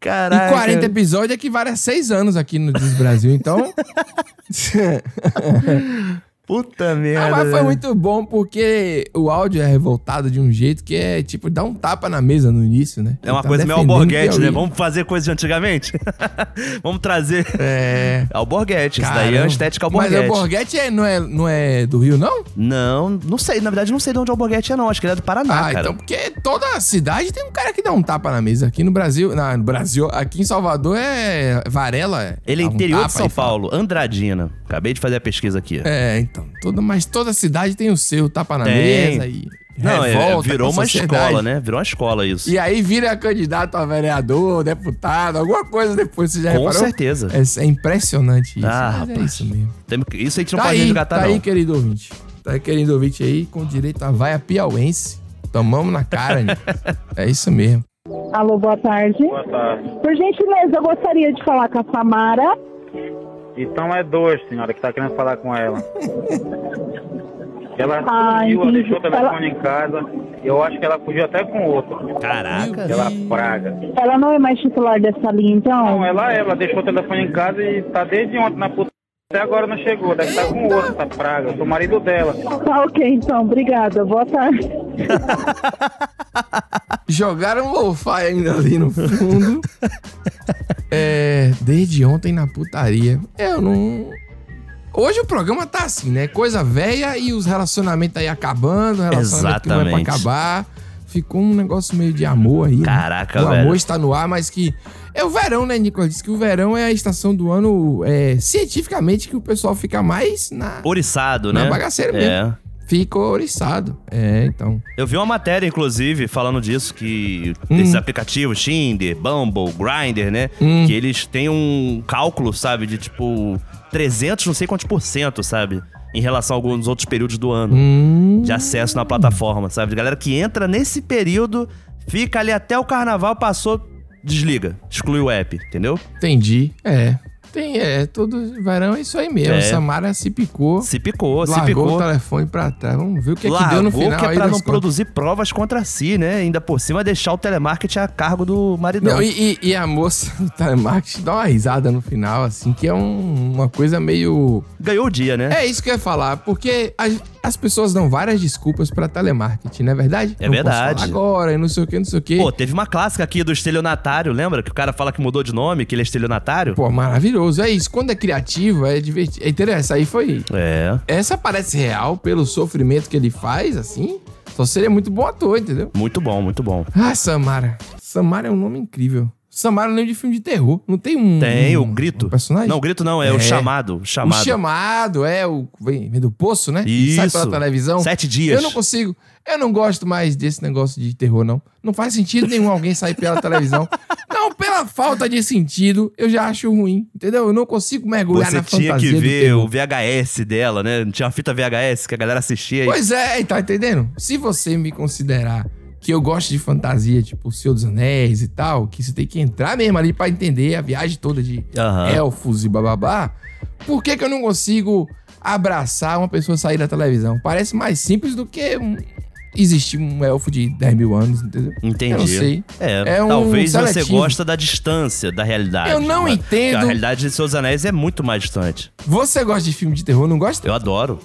[SPEAKER 2] Caraca.
[SPEAKER 3] E 40 episódios é equivale a 6 anos aqui no Diz Brasil, então.
[SPEAKER 2] Puta merda.
[SPEAKER 3] Ah, mas foi
[SPEAKER 2] velho.
[SPEAKER 3] muito bom porque o áudio é revoltado de um jeito que é tipo, dá um tapa na mesa no início, né?
[SPEAKER 2] É uma
[SPEAKER 3] Ele tá
[SPEAKER 2] coisa meio
[SPEAKER 3] defendendo
[SPEAKER 2] alborguete,
[SPEAKER 3] Piauí.
[SPEAKER 2] né? Vamos fazer coisa de antigamente? Vamos trazer.
[SPEAKER 3] É.
[SPEAKER 2] Alborguete. Isso daí é
[SPEAKER 3] Caramba.
[SPEAKER 2] uma estética
[SPEAKER 3] Mas
[SPEAKER 2] alborguete.
[SPEAKER 3] alborguete é, não, é, não é do Rio, não?
[SPEAKER 2] Não, não sei. Na verdade, não sei de onde o alborguete é, não. Acho que ele é do Paraná,
[SPEAKER 3] Ah,
[SPEAKER 2] cara.
[SPEAKER 3] então, porque toda cidade tem um cara que dá um tapa na mesa. Aqui no Brasil, na, no Brasil, aqui em Salvador é Varela. é-
[SPEAKER 2] Ele é
[SPEAKER 3] dá um
[SPEAKER 2] interior
[SPEAKER 3] tapa
[SPEAKER 2] de
[SPEAKER 3] e
[SPEAKER 2] São
[SPEAKER 3] fala.
[SPEAKER 2] Paulo, Andradina. Acabei de fazer a pesquisa aqui.
[SPEAKER 3] É, então. Toda, mas toda cidade tem o seu tapa na
[SPEAKER 2] Tem.
[SPEAKER 3] mesa e
[SPEAKER 2] Não, é-
[SPEAKER 3] revolta
[SPEAKER 2] virou
[SPEAKER 3] com a
[SPEAKER 2] uma
[SPEAKER 3] sociedade.
[SPEAKER 2] escola, né? Virou uma escola isso.
[SPEAKER 3] E aí vira candidato a vereador, deputado, alguma coisa depois, você já
[SPEAKER 2] Com
[SPEAKER 3] reparou?
[SPEAKER 2] certeza.
[SPEAKER 3] É, é impressionante isso.
[SPEAKER 2] Ah,
[SPEAKER 3] mas é
[SPEAKER 2] rapaz.
[SPEAKER 3] isso mesmo.
[SPEAKER 2] Tem- Isso a gente não
[SPEAKER 3] tá
[SPEAKER 2] pode
[SPEAKER 3] aí,
[SPEAKER 2] resgatar,
[SPEAKER 3] tá
[SPEAKER 2] não.
[SPEAKER 3] aí, querido ouvinte. Tá aí, querido ouvinte aí, com direito a vaia piauense. Tomamos na cara, né? É isso mesmo.
[SPEAKER 14] Alô, boa tarde.
[SPEAKER 15] Boa tarde.
[SPEAKER 14] Por gentileza, eu gostaria de falar com a Samara.
[SPEAKER 15] Então é dois, senhora, que tá querendo falar com ela. Ela
[SPEAKER 14] Ah,
[SPEAKER 15] fugiu, ela
[SPEAKER 14] entendi.
[SPEAKER 15] deixou o telefone em casa. Eu acho que ela fugiu até com outro.
[SPEAKER 2] Caraca.
[SPEAKER 15] Ela praga.
[SPEAKER 14] Ela não é mais titular dessa linha, então?
[SPEAKER 15] Não, ela, ela deixou o telefone em casa e tá desde ontem na puta. Até agora não chegou, deve estar com outro, essa praga. Eu sou marido dela.
[SPEAKER 14] Tá ok, então. Obrigada. Boa tarde.
[SPEAKER 3] Jogaram lo-fi ainda ali no fundo. é. Desde ontem na putaria. É, Eu não. Hoje o programa tá assim, né? Coisa velha e os relacionamentos aí acabando, relacionamento que não é pra
[SPEAKER 2] Exatamente.
[SPEAKER 3] acabar. Ficou um negócio meio de amor aí. né?
[SPEAKER 2] Caraca,
[SPEAKER 3] o
[SPEAKER 2] velho.
[SPEAKER 3] amor está no ar, mas que. É o verão, né, Nicolas? Diz que o verão é a estação do ano é, cientificamente que o pessoal fica mais na.
[SPEAKER 2] Oriçado,
[SPEAKER 3] Na
[SPEAKER 2] né?
[SPEAKER 3] bagaceira
[SPEAKER 2] É.
[SPEAKER 3] mesmo. Fica oriçado. É, então.
[SPEAKER 2] Eu vi uma matéria, inclusive, falando disso, que
[SPEAKER 3] Hum.
[SPEAKER 2] esses aplicativos, Tinder, Bumble, Grindr, né?
[SPEAKER 3] Hum.
[SPEAKER 2] Que eles têm um cálculo, sabe, de tipo 300, não sei quantos por cento, sabe? Em relação a alguns outros períodos do ano
[SPEAKER 3] Hum.
[SPEAKER 2] de acesso na plataforma, sabe? Galera que entra nesse período, fica ali até o carnaval, passou, desliga, exclui o app, entendeu?
[SPEAKER 3] Entendi. É. Tem, é, todo varão é isso aí mesmo.
[SPEAKER 2] É.
[SPEAKER 3] Samara se picou.
[SPEAKER 2] Se picou, se
[SPEAKER 3] largou
[SPEAKER 2] picou.
[SPEAKER 3] o telefone pra trás. Vamos ver o que, é que
[SPEAKER 2] Largou
[SPEAKER 3] deu no final
[SPEAKER 2] que é
[SPEAKER 3] aí
[SPEAKER 2] pra
[SPEAKER 3] das
[SPEAKER 2] não
[SPEAKER 3] contas.
[SPEAKER 2] produzir provas contra si, né? Ainda por cima deixar o telemarketing a cargo do maridão.
[SPEAKER 3] Não, e, e- e a moça do telemarketing dá uma risada no final, assim, que é um- uma coisa meio.
[SPEAKER 2] Ganhou o dia, né?
[SPEAKER 3] É isso que eu ia falar, porque as, as pessoas dão várias desculpas pra telemarketing, não é verdade?
[SPEAKER 2] É
[SPEAKER 3] Não posso falar
[SPEAKER 2] verdade.
[SPEAKER 3] agora, e não sei o que, não sei o que.
[SPEAKER 2] Pô, teve uma clássica aqui do estelionatário, lembra? Que o cara fala que mudou de nome, que ele é estelionatário.
[SPEAKER 3] Pô, maravilhoso. É isso. Quando é criativo, é divertido. É interessante. Essa aí foi.
[SPEAKER 2] É.
[SPEAKER 3] Essa parece real pelo sofrimento que ele faz, assim. Só seria muito bom ator, entendeu?
[SPEAKER 2] Muito bom, muito bom.
[SPEAKER 3] Ah, Samara. Samara é um nome incrível. Samara eu lembro de filme de terror. Não tem um.
[SPEAKER 2] Tem
[SPEAKER 3] um,
[SPEAKER 2] o grito.
[SPEAKER 3] personagem?
[SPEAKER 2] Não, o grito não, é, o
[SPEAKER 3] É.
[SPEAKER 2] chamado. Chamado.
[SPEAKER 3] O chamado, é, o vem, vem do poço, né? Sai
[SPEAKER 2] Isso.
[SPEAKER 3] pela televisão.
[SPEAKER 2] Sete dias.
[SPEAKER 3] Eu não consigo. Eu não gosto mais desse negócio de terror, não. Não faz sentido nenhum alguém sair pela televisão. Não, pela falta de sentido, eu já acho ruim, entendeu? Eu não consigo mergulhar
[SPEAKER 2] Você
[SPEAKER 3] na
[SPEAKER 2] tinha que
[SPEAKER 3] fantasia do
[SPEAKER 2] ver
[SPEAKER 3] terror.
[SPEAKER 2] o VHS dela, né? Não tinha uma fita VHS que a galera assistia. e-
[SPEAKER 3] Pois é, tá entendendo? Se você me considerar que eu gosto de fantasia, tipo O Senhor dos Anéis e tal, que você tem que entrar mesmo ali pra entender a viagem toda de
[SPEAKER 2] Aham.
[SPEAKER 3] elfos e bababá, por que que eu não consigo abraçar uma pessoa sair da televisão? Parece mais simples do que um- existir um elfo de 10 mil anos, entendeu?
[SPEAKER 2] Entendi.
[SPEAKER 3] Eu não sei.
[SPEAKER 2] É,
[SPEAKER 3] É um
[SPEAKER 2] talvez você
[SPEAKER 3] seletivo.
[SPEAKER 2] gosta da distância da realidade.
[SPEAKER 3] Eu não
[SPEAKER 2] né?
[SPEAKER 3] entendo.
[SPEAKER 2] Porque A realidade de Seus Anéis é muito mais distante.
[SPEAKER 3] Você gosta de filme de terror, não gosta?
[SPEAKER 2] Eu adoro.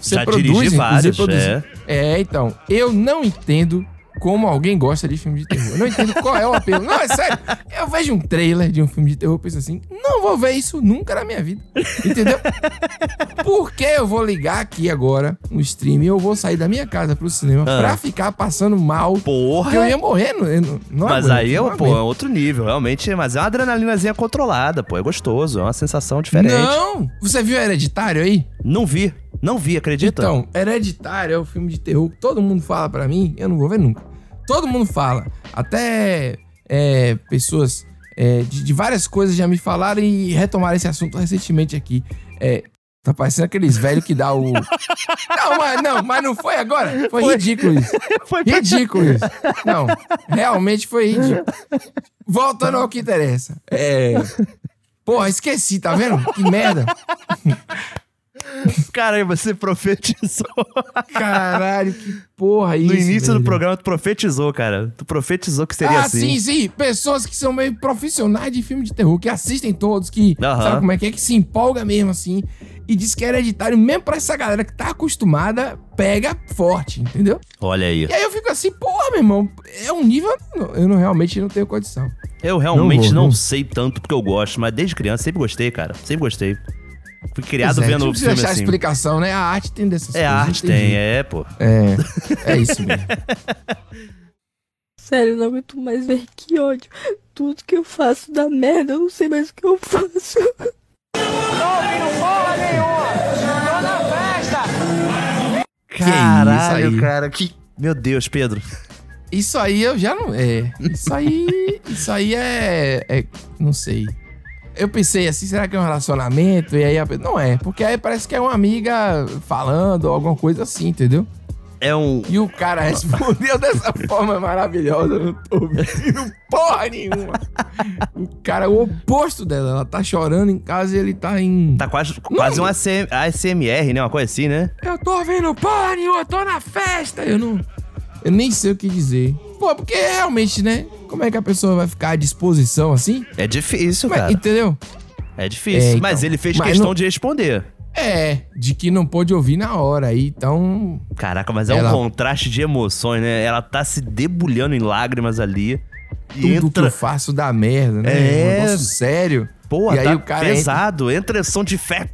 [SPEAKER 3] Você
[SPEAKER 2] Já
[SPEAKER 3] produz,
[SPEAKER 2] dirigi
[SPEAKER 3] inclusive,
[SPEAKER 2] vários,
[SPEAKER 3] produz.
[SPEAKER 2] é.
[SPEAKER 3] É, então, eu não entendo como alguém gosta de filme de terror. Eu não entendo qual é o apelo. Não, é sério. Eu vejo um trailer de um filme de terror e penso assim, não vou ver isso nunca na minha vida. Entendeu? Por que eu vou ligar aqui agora no stream e eu vou sair da minha casa pro cinema
[SPEAKER 2] Ah.
[SPEAKER 3] pra ficar passando mal?
[SPEAKER 2] Porra!
[SPEAKER 3] Porque eu ia morrer. Não, eu não, não
[SPEAKER 2] mas
[SPEAKER 3] aguento,
[SPEAKER 2] aí, é,
[SPEAKER 3] não
[SPEAKER 2] pô,
[SPEAKER 3] aguento.
[SPEAKER 2] é outro nível, realmente. Mas é uma adrenalinazinha controlada, pô. É gostoso, é uma sensação diferente.
[SPEAKER 3] Não! Você viu Hereditário aí?
[SPEAKER 2] Não vi. Não vi, acredita?
[SPEAKER 3] Então, Hereditário é o filme de terror que todo mundo fala pra mim, eu não vou ver nunca. Todo mundo fala. Até é, pessoas é, de, de várias coisas já me falaram e retomaram esse assunto recentemente aqui. É, tá parecendo aqueles velhos que dá o. Não, mas não, mas não foi agora? Foi, ridículo isso. ridículo isso. Não, realmente foi ridículo. Voltando ao que interessa. É. Porra, esqueci, tá vendo? Que merda.
[SPEAKER 2] Caralho, você profetizou.
[SPEAKER 3] Caralho, que porra é isso.
[SPEAKER 2] No início
[SPEAKER 3] velho.
[SPEAKER 2] do programa, tu profetizou, cara. Tu profetizou que seria
[SPEAKER 3] ah,
[SPEAKER 2] assim.
[SPEAKER 3] sim, sim. Pessoas que são meio profissionais de filme de terror, que assistem todos, que
[SPEAKER 2] Aham.
[SPEAKER 3] sabe como é que é, que se empolga mesmo, assim. E diz que é hereditário, mesmo pra essa galera que tá acostumada, pega forte, entendeu?
[SPEAKER 2] Olha aí.
[SPEAKER 3] E aí eu fico assim, porra, meu irmão, é um nível. Eu não, realmente não tenho condição.
[SPEAKER 2] Eu realmente
[SPEAKER 3] vou,
[SPEAKER 2] não,
[SPEAKER 3] não.
[SPEAKER 2] sei tanto porque eu gosto, mas desde criança sempre gostei, cara. Sempre gostei. Fui criado
[SPEAKER 3] Pois é,
[SPEAKER 2] vendo
[SPEAKER 3] não
[SPEAKER 2] o
[SPEAKER 3] precisa
[SPEAKER 2] filme
[SPEAKER 3] achar a
[SPEAKER 2] assim.
[SPEAKER 3] explicação, né? A arte tem dessas
[SPEAKER 2] É,
[SPEAKER 3] coisas.
[SPEAKER 2] a
[SPEAKER 3] não
[SPEAKER 2] arte
[SPEAKER 3] jeito.
[SPEAKER 2] tem, é, pô.
[SPEAKER 3] É, é isso mesmo.
[SPEAKER 16] Sério, eu não aguento mais ver que ódio. Tudo que eu faço dá merda, eu não sei mais o que eu faço.
[SPEAKER 2] Caralho,
[SPEAKER 3] isso aí?
[SPEAKER 2] cara, que. Meu Deus, Pedro.
[SPEAKER 3] Isso aí eu já não. É. Isso aí. isso aí é, é- Não sei. Eu pensei assim, será que é um relacionamento? E aí a pe- Não é, porque aí parece que é uma amiga falando, ou alguma coisa assim, entendeu?
[SPEAKER 2] É um.
[SPEAKER 3] E o cara respondeu dessa forma maravilhosa, eu não tô ouvindo porra nenhuma. O cara é o oposto dela, ela tá chorando em casa e ele tá em.
[SPEAKER 2] Tá quase, quase um ACM, ASMR, né? Uma coisa assim, né?
[SPEAKER 3] Eu tô ouvindo porra nenhuma, eu tô na festa. Eu não. Eu nem sei o que dizer. Pô, porque realmente, né? Como é que a pessoa vai ficar à disposição assim?
[SPEAKER 2] É difícil,
[SPEAKER 3] Mas,
[SPEAKER 2] cara.
[SPEAKER 3] Entendeu?
[SPEAKER 2] É difícil.
[SPEAKER 3] É, então.
[SPEAKER 2] Mas ele fez
[SPEAKER 3] Mas
[SPEAKER 2] questão
[SPEAKER 3] não-
[SPEAKER 2] de responder.
[SPEAKER 3] É, de que não pôde ouvir na hora aí, então.
[SPEAKER 2] Caraca, mas é
[SPEAKER 3] Ela-
[SPEAKER 2] um contraste de emoções, né? Ela tá se debulhando em lágrimas ali. E
[SPEAKER 3] Tudo que
[SPEAKER 2] entra.
[SPEAKER 3] eu faço dá merda, né?
[SPEAKER 2] É.
[SPEAKER 3] Um negócio sério.
[SPEAKER 2] Pô,
[SPEAKER 3] e aí
[SPEAKER 2] tá
[SPEAKER 3] o cara entra-
[SPEAKER 2] pesado. Entra... som de fé.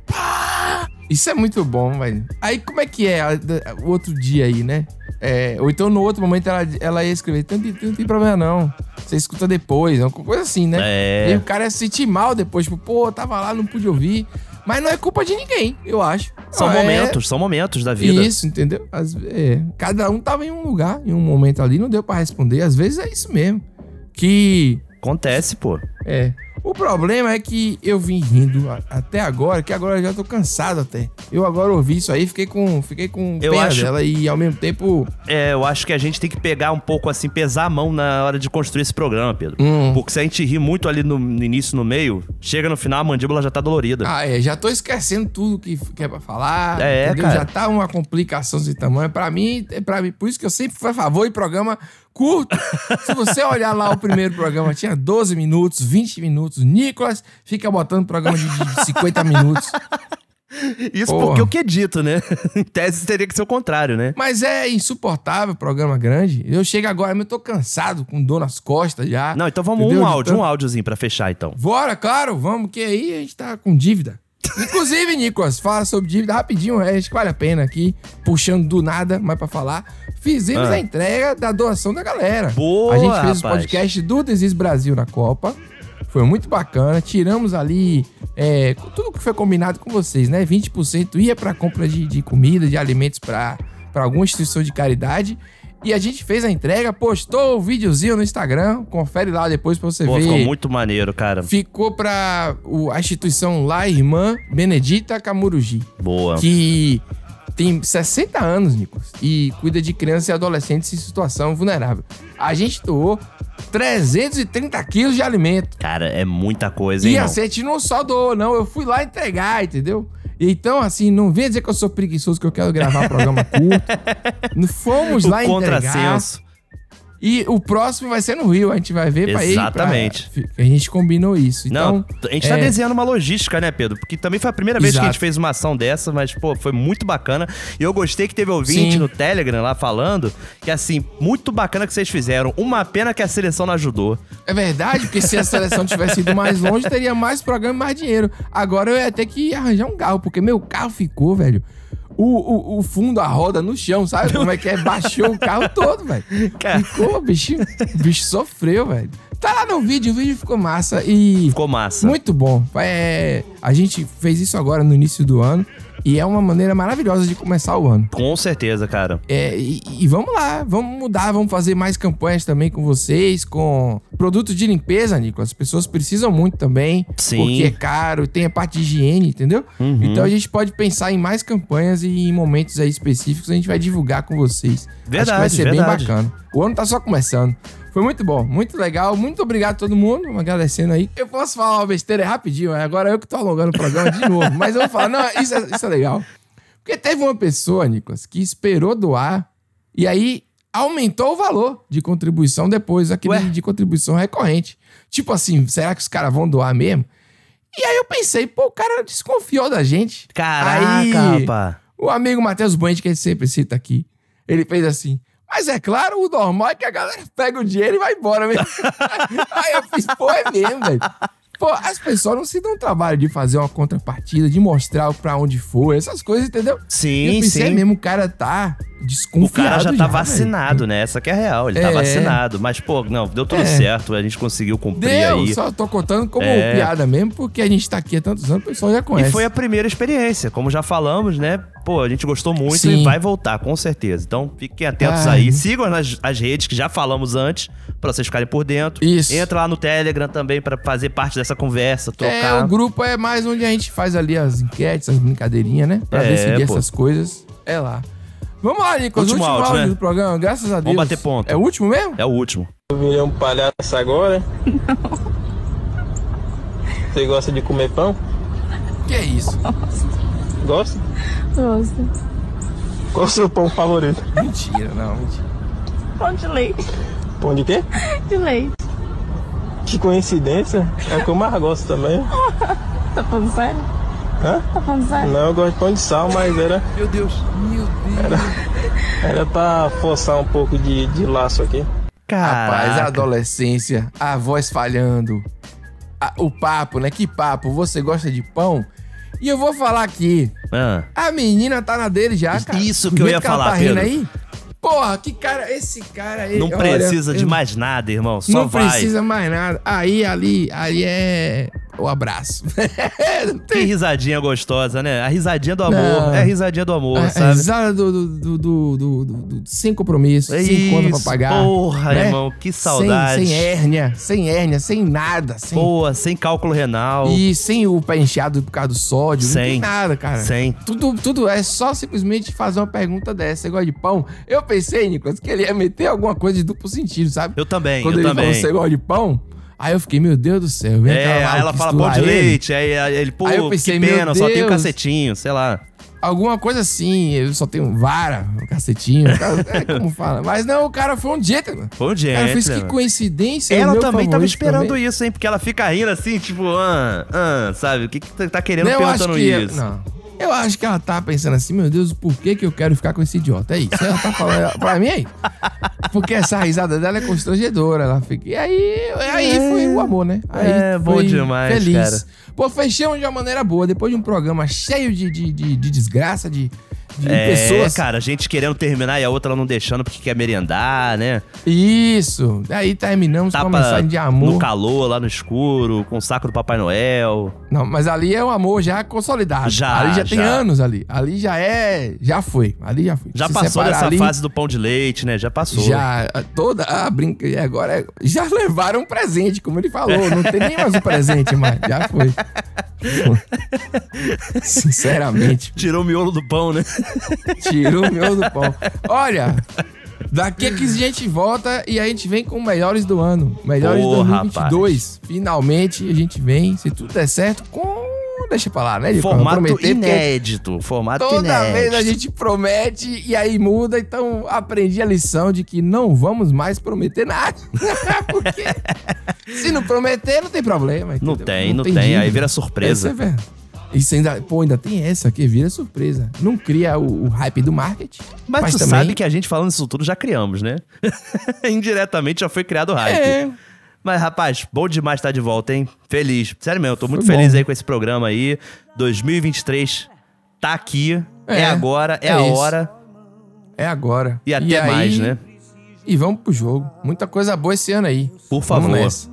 [SPEAKER 3] Isso é muito bom, velho. Aí como é que é a- da- o outro dia aí, né? É, ou então no outro momento ela, ela ia escrever, não tem, não tem problema não, você escuta depois, uma coisa assim, né?
[SPEAKER 2] É.
[SPEAKER 3] E aí o cara ia se sentir mal depois, tipo, pô, eu tava lá, não pude ouvir. Mas não é culpa de ninguém, eu acho.
[SPEAKER 2] São
[SPEAKER 3] Não, é-
[SPEAKER 2] momentos, são momentos da vida.
[SPEAKER 3] Isso, entendeu? Às ve- é, cada um tava em um lugar, em um momento ali, não deu pra responder. Às vezes é isso mesmo. Que.
[SPEAKER 2] Acontece, pô.
[SPEAKER 3] É. O problema é que eu vim rindo a- até agora, que agora eu já tô cansado até. Eu agora ouvi isso aí, fiquei com, fiquei com
[SPEAKER 2] Eu
[SPEAKER 3] pena
[SPEAKER 2] acho-
[SPEAKER 3] dela e ao mesmo tempo.
[SPEAKER 2] É, eu acho que a gente tem que pegar um pouco assim, pesar a mão na hora de construir esse programa, Pedro.
[SPEAKER 3] Uhum.
[SPEAKER 2] Porque se a gente ri muito ali no, no início, no meio, chega no final, a mandíbula já tá dolorida.
[SPEAKER 3] Ah, é, já tô esquecendo tudo que, que é pra falar.
[SPEAKER 2] É, cara.
[SPEAKER 3] Já tá uma complicação de tamanho. Pra mim, é pra mim, por isso que eu sempre fui a favor de programa curto. Se você olhar lá o primeiro programa, tinha 12 minutos, 20 minutos. Nicolas fica botando programa de, de 50 minutos.
[SPEAKER 2] Isso
[SPEAKER 3] Porra.
[SPEAKER 2] porque o que é dito, né? em tese teria que ser o contrário, né?
[SPEAKER 3] Mas é insuportável programa grande. Eu chego agora, mas eu tô cansado, com dor nas costas já.
[SPEAKER 2] Não, então vamos
[SPEAKER 3] Ah, Entendeu?
[SPEAKER 2] um
[SPEAKER 3] De
[SPEAKER 2] áudio,
[SPEAKER 3] tanto-
[SPEAKER 2] um áudiozinho pra fechar, então.
[SPEAKER 3] Bora, claro, vamos, que aí a gente tá com dívida. Inclusive, Nicolas, fala sobre dívida rapidinho, é, acho que vale a pena aqui, puxando do nada, mas pra falar. Fizemos
[SPEAKER 2] Ah.
[SPEAKER 3] a entrega da doação da galera.
[SPEAKER 2] Boa,
[SPEAKER 3] A gente fez o
[SPEAKER 2] rapaz.
[SPEAKER 3] podcast do Desis Brasil na Copa. Foi muito bacana. Tiramos ali é, tudo que foi combinado com vocês, né? 20% ia pra compra de, de comida, de alimentos pra pra alguma instituição de caridade. E a gente fez a entrega, postou o videozinho no Instagram. Confere lá depois pra você
[SPEAKER 2] Pô,
[SPEAKER 3] ver.
[SPEAKER 2] ficou muito maneiro, cara.
[SPEAKER 3] Ficou pra o- a instituição lá, Irmã Benedita Camurugi.
[SPEAKER 2] Boa.
[SPEAKER 3] Que tem 60 anos, Nicolas, e cuida de crianças e adolescentes em situação vulnerável. A gente doou 330 quilos de alimento.
[SPEAKER 2] Cara, é muita coisa, hein,
[SPEAKER 3] E a
[SPEAKER 2] irmão?
[SPEAKER 3] gente não só doou, não. Eu fui lá entregar, entendeu? Então, assim, não venha dizer que eu sou preguiçoso, que eu quero gravar programa curto. Não Fomos
[SPEAKER 2] O
[SPEAKER 3] lá entregar.
[SPEAKER 2] contrassenso.
[SPEAKER 3] E o próximo vai ser no Rio. A gente vai ver pra ir pra-
[SPEAKER 2] Exatamente.
[SPEAKER 3] A gente combinou isso. Então,
[SPEAKER 2] Não, a gente tá
[SPEAKER 3] é,
[SPEAKER 2] desenhando uma logística, né, Pedro? Porque também foi a primeira vez que a
[SPEAKER 3] Exato.
[SPEAKER 2] gente fez uma ação dessa, mas, pô, foi muito bacana. E eu gostei que teve ouvinte
[SPEAKER 3] Sim.
[SPEAKER 2] no Telegram lá falando que, assim, muito bacana que vocês fizeram. Uma pena que a seleção não ajudou.
[SPEAKER 3] É verdade, porque se a seleção tivesse ido mais longe, teria mais programa e mais dinheiro. Agora eu ia ter que arranjar um carro, porque meu carro ficou, velho. O, o, o fundo, a roda no chão, sabe? Como é que é? Baixou o carro todo, velho. Ficou, bichinho. O bicho sofreu, velho. Tá lá no vídeo, o vídeo ficou massa e.
[SPEAKER 2] Ficou massa.
[SPEAKER 3] Muito bom. É, a gente fez isso agora no início do ano e é uma maneira maravilhosa de começar o ano.
[SPEAKER 2] Com certeza, cara.
[SPEAKER 3] É, e, e vamos lá, vamos mudar, vamos fazer mais campanhas também com vocês, com produtos de limpeza, Nicolas. As pessoas precisam muito também,
[SPEAKER 2] Sim.
[SPEAKER 3] porque é caro, tem a parte de higiene, entendeu?
[SPEAKER 2] Uhum.
[SPEAKER 3] Então a gente pode pensar em mais campanhas e em momentos aí específicos a gente vai divulgar com vocês. Acho que vai
[SPEAKER 2] Verdade,
[SPEAKER 3] ser
[SPEAKER 2] verdade.
[SPEAKER 3] bem bacana. O ano tá só começando. Foi muito bom, muito legal. Muito obrigado a todo mundo, agradecendo aí. Eu posso falar uma besteira é rapidinho, é agora eu que tô alongando o programa de novo, mas eu vou falar, não, isso é- isso é legal. Porque teve uma pessoa, Nicolas, que esperou doar e aí aumentou o valor de contribuição depois, aquele de contribuição recorrente. Tipo assim, será que os caras vão doar mesmo? E aí eu pensei, pô, o cara desconfiou da gente. aí,
[SPEAKER 2] Caraca, rapaz.
[SPEAKER 3] O amigo Matheus Buente, que a gente sempre cita aqui, ele fez assim. Mas é claro, o normal é que a galera pega o dinheiro e vai embora mesmo. aí eu fiz, pô, é mesmo, velho. Pô, as pessoas não se dão o trabalho de fazer uma contrapartida, de mostrar pra onde foi, essas coisas, entendeu?
[SPEAKER 2] Sim,
[SPEAKER 3] E eu pensei,
[SPEAKER 2] sim.
[SPEAKER 3] é mesmo, o cara tá desconfiado.
[SPEAKER 2] O cara já tá
[SPEAKER 3] velho.
[SPEAKER 2] vacinado, né? Essa que é a real. Ele tá
[SPEAKER 3] É.
[SPEAKER 2] vacinado. Mas, pô, não, deu tudo
[SPEAKER 3] É.
[SPEAKER 2] certo. A gente conseguiu cumprir
[SPEAKER 3] Deu,
[SPEAKER 2] aí.
[SPEAKER 3] só tô contando como
[SPEAKER 2] É.
[SPEAKER 3] piada mesmo, porque a gente tá aqui há tantos anos, o pessoal já
[SPEAKER 2] E
[SPEAKER 3] conhece.
[SPEAKER 2] foi a primeira experiência, como já falamos, né? Pô, a gente gostou muito
[SPEAKER 3] Sim.
[SPEAKER 2] e vai voltar, com certeza. Então, fiquem atentos
[SPEAKER 3] Ai.
[SPEAKER 2] aí. Sigam nas, as redes que já falamos antes, pra vocês ficarem por dentro.
[SPEAKER 3] Isso.
[SPEAKER 2] Entra lá no Telegram também pra fazer parte dessa conversa, trocar.
[SPEAKER 3] É, o grupo é mais onde a gente faz ali as enquetes, as brincadeirinhas, né? Pra
[SPEAKER 2] É,
[SPEAKER 3] decidir
[SPEAKER 2] pô.
[SPEAKER 3] essas coisas. É lá. Vamos lá, Nicolas.
[SPEAKER 2] Último
[SPEAKER 3] Último,
[SPEAKER 2] áudio,
[SPEAKER 3] áudio,
[SPEAKER 2] né?
[SPEAKER 3] do programa, graças a Deus.
[SPEAKER 2] Vamos bater ponto.
[SPEAKER 3] É o último mesmo?
[SPEAKER 2] É o último.
[SPEAKER 17] Eu virei um palhaço agora? Você gosta de comer pão?
[SPEAKER 3] Que é isso?
[SPEAKER 17] Gosta?
[SPEAKER 16] Nossa.
[SPEAKER 17] Qual o seu pão favorito?
[SPEAKER 3] Mentira, não, mentira.
[SPEAKER 16] Pão de leite.
[SPEAKER 17] Pão de quê?
[SPEAKER 16] De leite.
[SPEAKER 17] Que coincidência. É o que eu mais gosto também.
[SPEAKER 16] Tá falando sério?
[SPEAKER 17] Hã?
[SPEAKER 16] Tá falando sério?
[SPEAKER 17] Não, eu gosto de pão de sal, mas era,
[SPEAKER 3] Meu Deus. Meu Deus.
[SPEAKER 17] era pra forçar um pouco de, de laço aqui.
[SPEAKER 3] Rapaz, a
[SPEAKER 17] Caraca.
[SPEAKER 3] adolescência, a voz falhando, a- o papo, né? Que papo? Você gosta de pão? E eu vou falar aqui.
[SPEAKER 2] Ah.
[SPEAKER 3] A menina tá na dele já, cara.
[SPEAKER 2] Isso
[SPEAKER 3] Do
[SPEAKER 2] que eu
[SPEAKER 3] jeito
[SPEAKER 2] ia
[SPEAKER 3] ela
[SPEAKER 2] falar,
[SPEAKER 3] tá rindo
[SPEAKER 2] Pedro.
[SPEAKER 3] aí? Porra, que cara, esse cara aí.
[SPEAKER 2] Não
[SPEAKER 3] olha,
[SPEAKER 2] precisa de
[SPEAKER 3] eu-
[SPEAKER 2] mais nada, irmão. Só
[SPEAKER 3] não
[SPEAKER 2] vai.
[SPEAKER 3] precisa mais nada. Aí, ali, ali é o abraço.
[SPEAKER 2] Que risadinha gostosa, né? A risadinha do amor.
[SPEAKER 3] Não.
[SPEAKER 2] É a risadinha do amor,
[SPEAKER 3] A- a
[SPEAKER 2] sabe?
[SPEAKER 3] risada do, do, do, do, do- do- do- sem compromisso,
[SPEAKER 2] É
[SPEAKER 3] sem conta pra
[SPEAKER 2] isso.
[SPEAKER 3] pagar.
[SPEAKER 2] Porra, irmão, que
[SPEAKER 3] Sem-
[SPEAKER 2] saudade.
[SPEAKER 3] Sem, hérnia, sem hérnia, sem nada. Sem...
[SPEAKER 2] Boa, sem cálculo renal.
[SPEAKER 3] E sem o pé inchado por causa do sódio, não
[SPEAKER 2] Sem.
[SPEAKER 3] tem nada, cara.
[SPEAKER 2] Sem.
[SPEAKER 3] Tudo, tudo é só simplesmente fazer uma pergunta dessa. Você gosta de pão? Eu pensei, Nicolas, que ele ia meter alguma coisa de duplo sentido, sabe?
[SPEAKER 2] Eu também,
[SPEAKER 3] Quando
[SPEAKER 2] eu
[SPEAKER 3] ele
[SPEAKER 2] também.
[SPEAKER 3] falou, você gosta de pão? Aí eu fiquei, meu Deus do céu. vem
[SPEAKER 2] É,
[SPEAKER 3] aquela
[SPEAKER 2] aí ela
[SPEAKER 3] maluquice
[SPEAKER 2] fala pão
[SPEAKER 3] lá,
[SPEAKER 2] de
[SPEAKER 3] ele.
[SPEAKER 2] leite, aí, aí ele, pô,
[SPEAKER 3] Aí eu pensei,
[SPEAKER 2] que
[SPEAKER 3] meu
[SPEAKER 2] pena, só tem o
[SPEAKER 3] Deus.
[SPEAKER 2] cacetinho, sei lá.
[SPEAKER 3] Alguma coisa assim, eu só tenho vara, um cacetinho, um cara- é como fala. Mas não, o cara foi um gentleman.
[SPEAKER 2] Pão de
[SPEAKER 3] Cara, fez que
[SPEAKER 2] gentleman.
[SPEAKER 3] coincidência. é o
[SPEAKER 2] Ela
[SPEAKER 3] meu
[SPEAKER 2] também tava
[SPEAKER 3] favorito
[SPEAKER 2] esperando
[SPEAKER 3] também.
[SPEAKER 2] isso, hein? Porque ela fica rindo assim, tipo, ah, ah, sabe? O que, que tá- tá querendo
[SPEAKER 3] Não, eu acho
[SPEAKER 2] perguntando
[SPEAKER 3] que- é,
[SPEAKER 2] isso?
[SPEAKER 3] não. Eu acho que ela tá pensando assim, meu Deus, por que, que eu quero ficar com esse idiota? É isso. Ela tá falando pra mim aí. Porque essa risada dela é constrangedora. Ela fica. E aí, aí foi o amor, né? Aí
[SPEAKER 2] É, bom
[SPEAKER 3] foi
[SPEAKER 2] demais, cara.
[SPEAKER 3] Pô, fechamos de uma maneira boa. Depois de um programa cheio de, de, de, de desgraça, de, de
[SPEAKER 2] É,
[SPEAKER 3] pessoas.
[SPEAKER 2] cara, a gente querendo terminar e a outra não deixando porque quer merendar, né?
[SPEAKER 3] Isso. Daí terminamos com uma
[SPEAKER 2] Tapa
[SPEAKER 3] mensagem de amor.
[SPEAKER 2] no calor, lá no escuro, com o saco do Papai Noel.
[SPEAKER 3] Não, mas ali é um amor já consolidado.
[SPEAKER 2] Já,
[SPEAKER 3] Ali já, tem
[SPEAKER 2] já.
[SPEAKER 3] anos ali. Ali já é. Já foi. Ali já foi.
[SPEAKER 2] Já
[SPEAKER 3] Se
[SPEAKER 2] passou
[SPEAKER 3] separar
[SPEAKER 2] dessa
[SPEAKER 3] ali,
[SPEAKER 2] fase do pão de leite, né? Já passou.
[SPEAKER 3] Já. a- Toda a brinca. e Agora é- já levaram um presente, como ele falou. Não tem nem mais um presente, mas já foi. Sinceramente.
[SPEAKER 2] Tirou o miolo do pão, né?
[SPEAKER 3] Tirou o miolo do pão. Olha. Daqui é a 15 dias a gente volta e a gente vem com melhores do ano. Melhores de
[SPEAKER 2] Ô,
[SPEAKER 3] 2022. Finalmente a gente vem, se tudo der certo, com. Deixa pra lá, né? Diego? Eu
[SPEAKER 2] Formato
[SPEAKER 3] prometer, porque a gente-
[SPEAKER 2] inédito. Formato
[SPEAKER 3] Toda
[SPEAKER 2] inédito.
[SPEAKER 3] vez a gente promete e aí muda, então aprendi a lição de que não vamos mais prometer nada. Porque se não prometer, não tem problema.
[SPEAKER 2] Não
[SPEAKER 3] entendeu?
[SPEAKER 2] tem, não tem.
[SPEAKER 3] dívida.
[SPEAKER 2] Aí vira surpresa.
[SPEAKER 3] Essa é verdade. Isso ainda, pô, ainda tem essa que vira surpresa. Não cria o, o hype do marketing.
[SPEAKER 2] Mas,
[SPEAKER 3] Mas,
[SPEAKER 2] tu
[SPEAKER 3] também
[SPEAKER 2] sabe que a gente falando isso tudo já criamos, né? Indiretamente já foi criado o hype.
[SPEAKER 3] É.
[SPEAKER 2] Mas, rapaz, bom demais estar de volta, hein? Feliz. Sério mesmo, eu tô muito
[SPEAKER 3] Foi
[SPEAKER 2] feliz
[SPEAKER 3] bom.
[SPEAKER 2] aí com esse programa aí. 2023 tá aqui. É,
[SPEAKER 3] É,
[SPEAKER 2] agora, é,
[SPEAKER 3] é
[SPEAKER 2] a
[SPEAKER 3] isso.
[SPEAKER 2] hora.
[SPEAKER 3] é agora.
[SPEAKER 2] E até
[SPEAKER 3] aí-
[SPEAKER 2] mais, né?
[SPEAKER 3] E vamos pro jogo. Muita coisa boa esse ano aí.
[SPEAKER 2] Por
[SPEAKER 3] Vamos
[SPEAKER 2] favor.
[SPEAKER 3] nessa.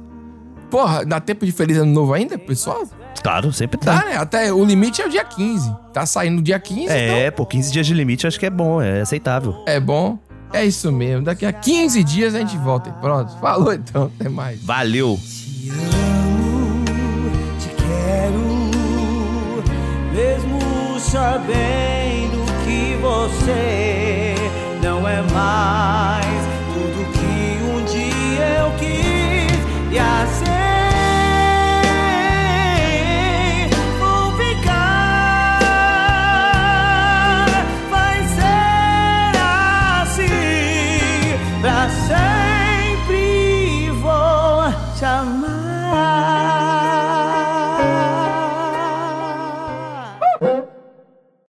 [SPEAKER 3] Porra, dá tempo de feliz ano novo ainda, pessoal?
[SPEAKER 2] Claro, sempre
[SPEAKER 3] Tá,
[SPEAKER 2] tá.
[SPEAKER 3] né? Até o limite é o dia 15. Tá saindo dia 15, então
[SPEAKER 2] É, pô, 15 dias de limite acho que é bom, é aceitável.
[SPEAKER 3] É bom. É isso mesmo. Daqui a 15 dias a gente volta. Pronto. Falou então. Até mais.
[SPEAKER 2] Valeu.
[SPEAKER 18] te quero, mesmo sabendo que você não é mais
[SPEAKER 4] um assim